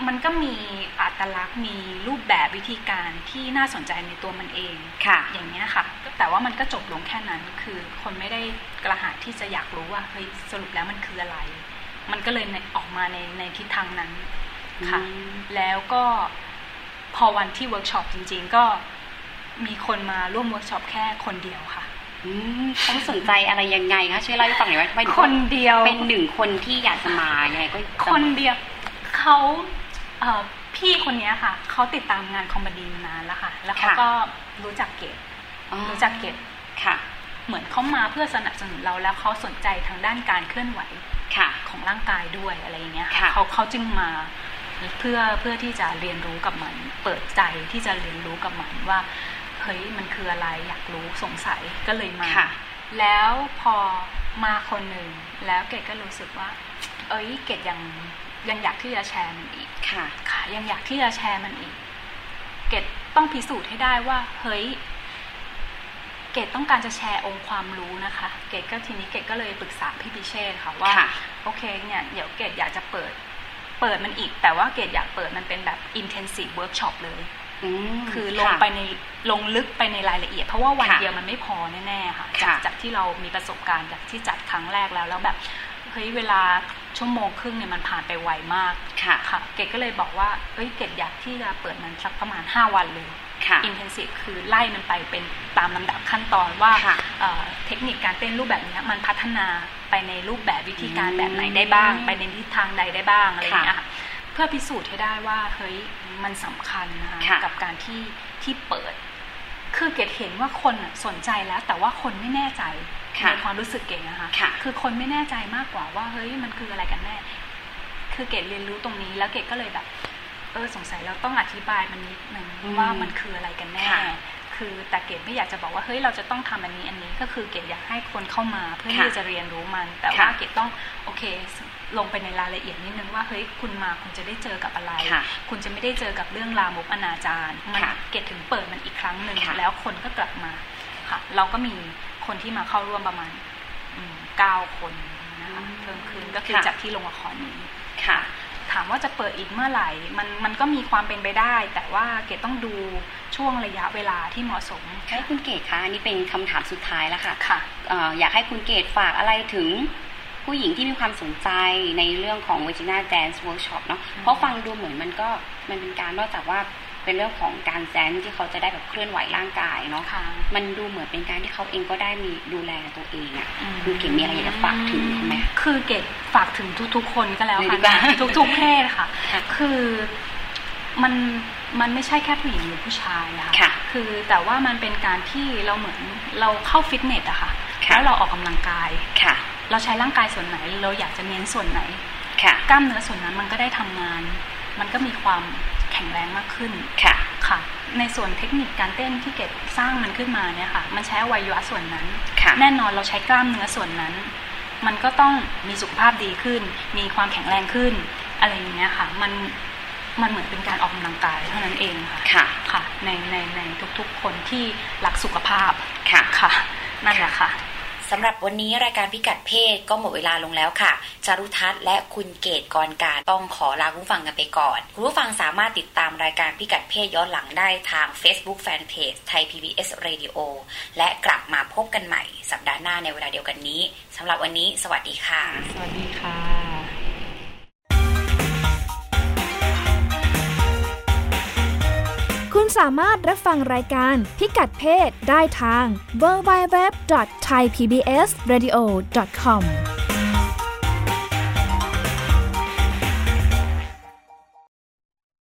มันก็มีอัตลักษณ์มีรูปแบบวิธีการที่น่าสนใจในตัวมันเอง
ค่ะ
อย่างเงี้ยค่ะ แต่ว่ามันก็จบลงแค่นั้นคือคนไม่ได้กระหายที่จะอยากรู้ว่าเฮ้ยสรุปแล้วมันคืออะไร มันก็เลยในออกมาในในทิศทางนั้น ค่ะ
อืม
แล้วก็พอวันที่เวิร์กช็อปจริง ๆ ก็มีคนมาร่วมเวิร์กช็อปแค่คนเดียวค่ะ
อืมเขาสนใจอะไรยังไงคะช่วยเล่าให้ฟังหน่อยว่าทำไมถึง
คนเดียว
เป็นหนึ่งคนที่อยากจะมายังไงก็จะมา
คนเดียวเขาเอ่อพี่คนเนี้ยค่ะ เขาติดตามงานคอมเมดี้มานานแล้วค่ะ แล้วเขา
ค่ะ
ก็รู้จักเก็บ
อ๋อ
รู้จักเก็บ
ค่ะ
เหมือนเขามาเพื่อสนับสนุนเราแล้วเขาสนใจทางด้านการเคลื่อนไหว
ค่ะ
ของร่างกายด้วยอะไรอย่างเงี้ย
ค่ะ
ค่ะเขาเขาจึงมาเพื่อเพื่อที่จะเรียนรู้กับมัน เปิดใจที่จะเรียนรู้กับมันว่าเฮ้ยมันคืออะไรอยากรู้สงสัยก็เลยมา
ค่ะ
แล้วพอมาคนหนึ่งแล้วเกดก็รู้สึกว่า เอ้ยเกดยังยังอยากที่จะแชร์มันอีก
ค่ะ
ค่ะยังอยากที่จะแชร์มันอีก เกดต้องพิสูจน์ให้ได้ว่า เฮ้ย เกดต้องการจะแชร์องค์ความรู้นะคะ เกดก็ทีนี้เกดก็เลยปรึกษาพี่พิเชษค่ะว่า
ค่ะ
โอเคเนี่ยเดี๋ยวเกดอยากจะเปิด เปิดมันอีก แต่ว่าเกดอยากเปิดมันเป็นแบบ intensive workshop เลย
อืม
คือลง
ะ
ไปในลงลึกไปในรายละเอียด เพราะว่าวัน
ค่ะ
เดียวมันไม่พอแน่ๆค่ะ
ค่ะ
จากจากที่เรามีประสบการณ์จากที่จัดครั้งแรกแล้วแล้วแบบเฮ้ยเวลาชั่วโมงครึ่งเนี่ยมันผ่านไปไวมาก
ค่ะ
เกดก็เลยบอกว่าเอ้ยเกดอยากที่จะเปิดมันสักประมาณ 5 วันเลย
ค่ะ
อินเทนซีฟคือไล่มันไปเป็นตามลำดับขั้นตอนว่า
ค่ะ
เอ่อเทคนิคการเต้นรูปแบบเนี้ยมันพัฒนาไปในรูปแบบวิธีการ
อืม
แบบไหนได้บ้าง ไปในทิศทางใดได้บ้างอะไรอย่างเงี้ย
ค่ะ
ค่ะเพื่อพิสูจน์ให้ได้ว่าเฮ้ยมันสำคัญนะคะ
ค่ะ
กับ การที่ที่เปิด คือเกดเห็นว่าคนน่ะสนใจแล้ว แต่ว่าคนไม่แน่ใจ
ค่ะ
ในความรู้สึกเกดนะคะ
ค่ะ
อคนไม่แน่ใจมากกว่าว่าเฮ้ยมันคืออะไรกันแน่ คือเกดเรียนรู้ตรงนี้แล้วเกดก็เลยแบบ เออสงสัยเราต้องอธิบายมันนิดนึง
อืม
ว่ามันคืออะไรกันแน่
ค่ะ
คือแต่เกดไม่อยากจะบอกว่าเฮ้ยเราจะต้องทำอันนี้อันนี้ก็คือเกดอยากให้คนเข้ามาเพื่อ
ค่ะ
ที่จะเรียนรู้มัน แต่ว่า
ค่ะ
เกดต้องโอเค ลงไปในรายละเอียดนิดนึงว่าเฮ้ยคุณมาคุณจะได้เจอกับอะไร
ค่ะ
คุณจะไม่ได้เจอกับเรื่องลามกอนาจารมัน
ค่ะ
เกดถึงเปิดมันอีกครั้งหนึ่ง
ค่ะ
แล้วคนก็กลับมาค่ะ เราก็มีคนที่มาเข้าร่วมประมาณอืมเก้าคนนะคะเพิ่มขึ้นก็คือจากที่ลงละครนี้
ค่ะ
ถามว่าจะเปิดอีกเมื่อไหร่ มันมันก็มีความเป็นไปได้ แต่ว่าเกดต้องดูช่วงระยะเวลาที่เหมาะสม
ให้คุณเกดคะอันนี้เป็นคำถามสุดท้ายแล้วค่ะ
ค่ะ
เอ่ออยากให้คุณเกดฝากอะไรถึงผู้หญิงที่มีความสนใจในเรื่องของ Virginia Dance Workshop เนาะ
อืม
เพราะฟังดูเหมือนมันก็มันเป็นการนอกจากว่าเป็นเรื่องของการแดนซ์ที่เขาจะได้แบบเคลื่อนไหวร่างกายเนาะ
ค่ะ
มันดูเหมือนเป็นการที่เขาเองก็ได้มีดูแลตัวเองอะ
อืม
คุณเกดมีอะไรอยากจะฝากถึงเขาไหม
คือเกดฝากถึงทุก ๆ คนก็แล้ว
เลยดี
ค่ะ
กว่า
ทุกๆเพศค่ะ
ค่ะ
คือมันมันไม่ใช่แค่ผู้หญิงหรือผู้ชายอะ
ค่ะ
ค่ะ คือแต่ว่ามันเป็นการที่เราเหมือนเราเข้าฟิตเนสอะค่ะ
ค่ะ
แล้วเราออกกำลังกาย
ค่ะ
เราใช้ร่างกายส่วนไหน เราอยากจะเน้นส่วนไหน
ค่ะ
กล้ามเนื้อส่วนนั้นมันก็ได้ทำงาน มันก็มีความแข็งแรงมากขึ้น
ค่ะ
ค่ะ ในส่วนเทคนิคการเต้นที่เกดสร้างมันขึ้นมาเนี่ยค่ะ มันใช้อวัยวะส่วนนั้น
ค่ะ
แน่นอนเราใช้กล้ามเนื้อส่วนนั้น มันก็ต้องมีสุขภาพดีขึ้น มีความแข็งแรงขึ้น อะไรอย่างเงี้ยค่ะ มัน มันเหมือนเป็นการออกกำลังกายเท่านั้นเองค่ะ
ค่ะ
ค่ะ ใน ใน ในทุกๆ คนที่รักสุขภาพ
ค่ะ
ค่ะ นั่นแหละค่ะ
สำหรับวันนี้รายการพิกัดเพศก็หมดเวลาลงแล้วค่ะ จารุทัศน์และคุณเกตกรการต้องขอลาคุณผู้ฟังกันไปก่อน คุณผู้ฟังสามารถติดตามรายการพิกัดเพศย้อนหลังได้ทาง Facebook Fanpage ไทย PBS Radio และกลับมาพบกันใหม่ สัปดาห์หน้าในเวลาเดียวกันนี้สำหรับวันนี้ สวัสดีค่ะ
สวัสดีค่ะ
คุณสามารถรับฟังรายการพิกัดเพศได้ทาง www.thaipbsradio.com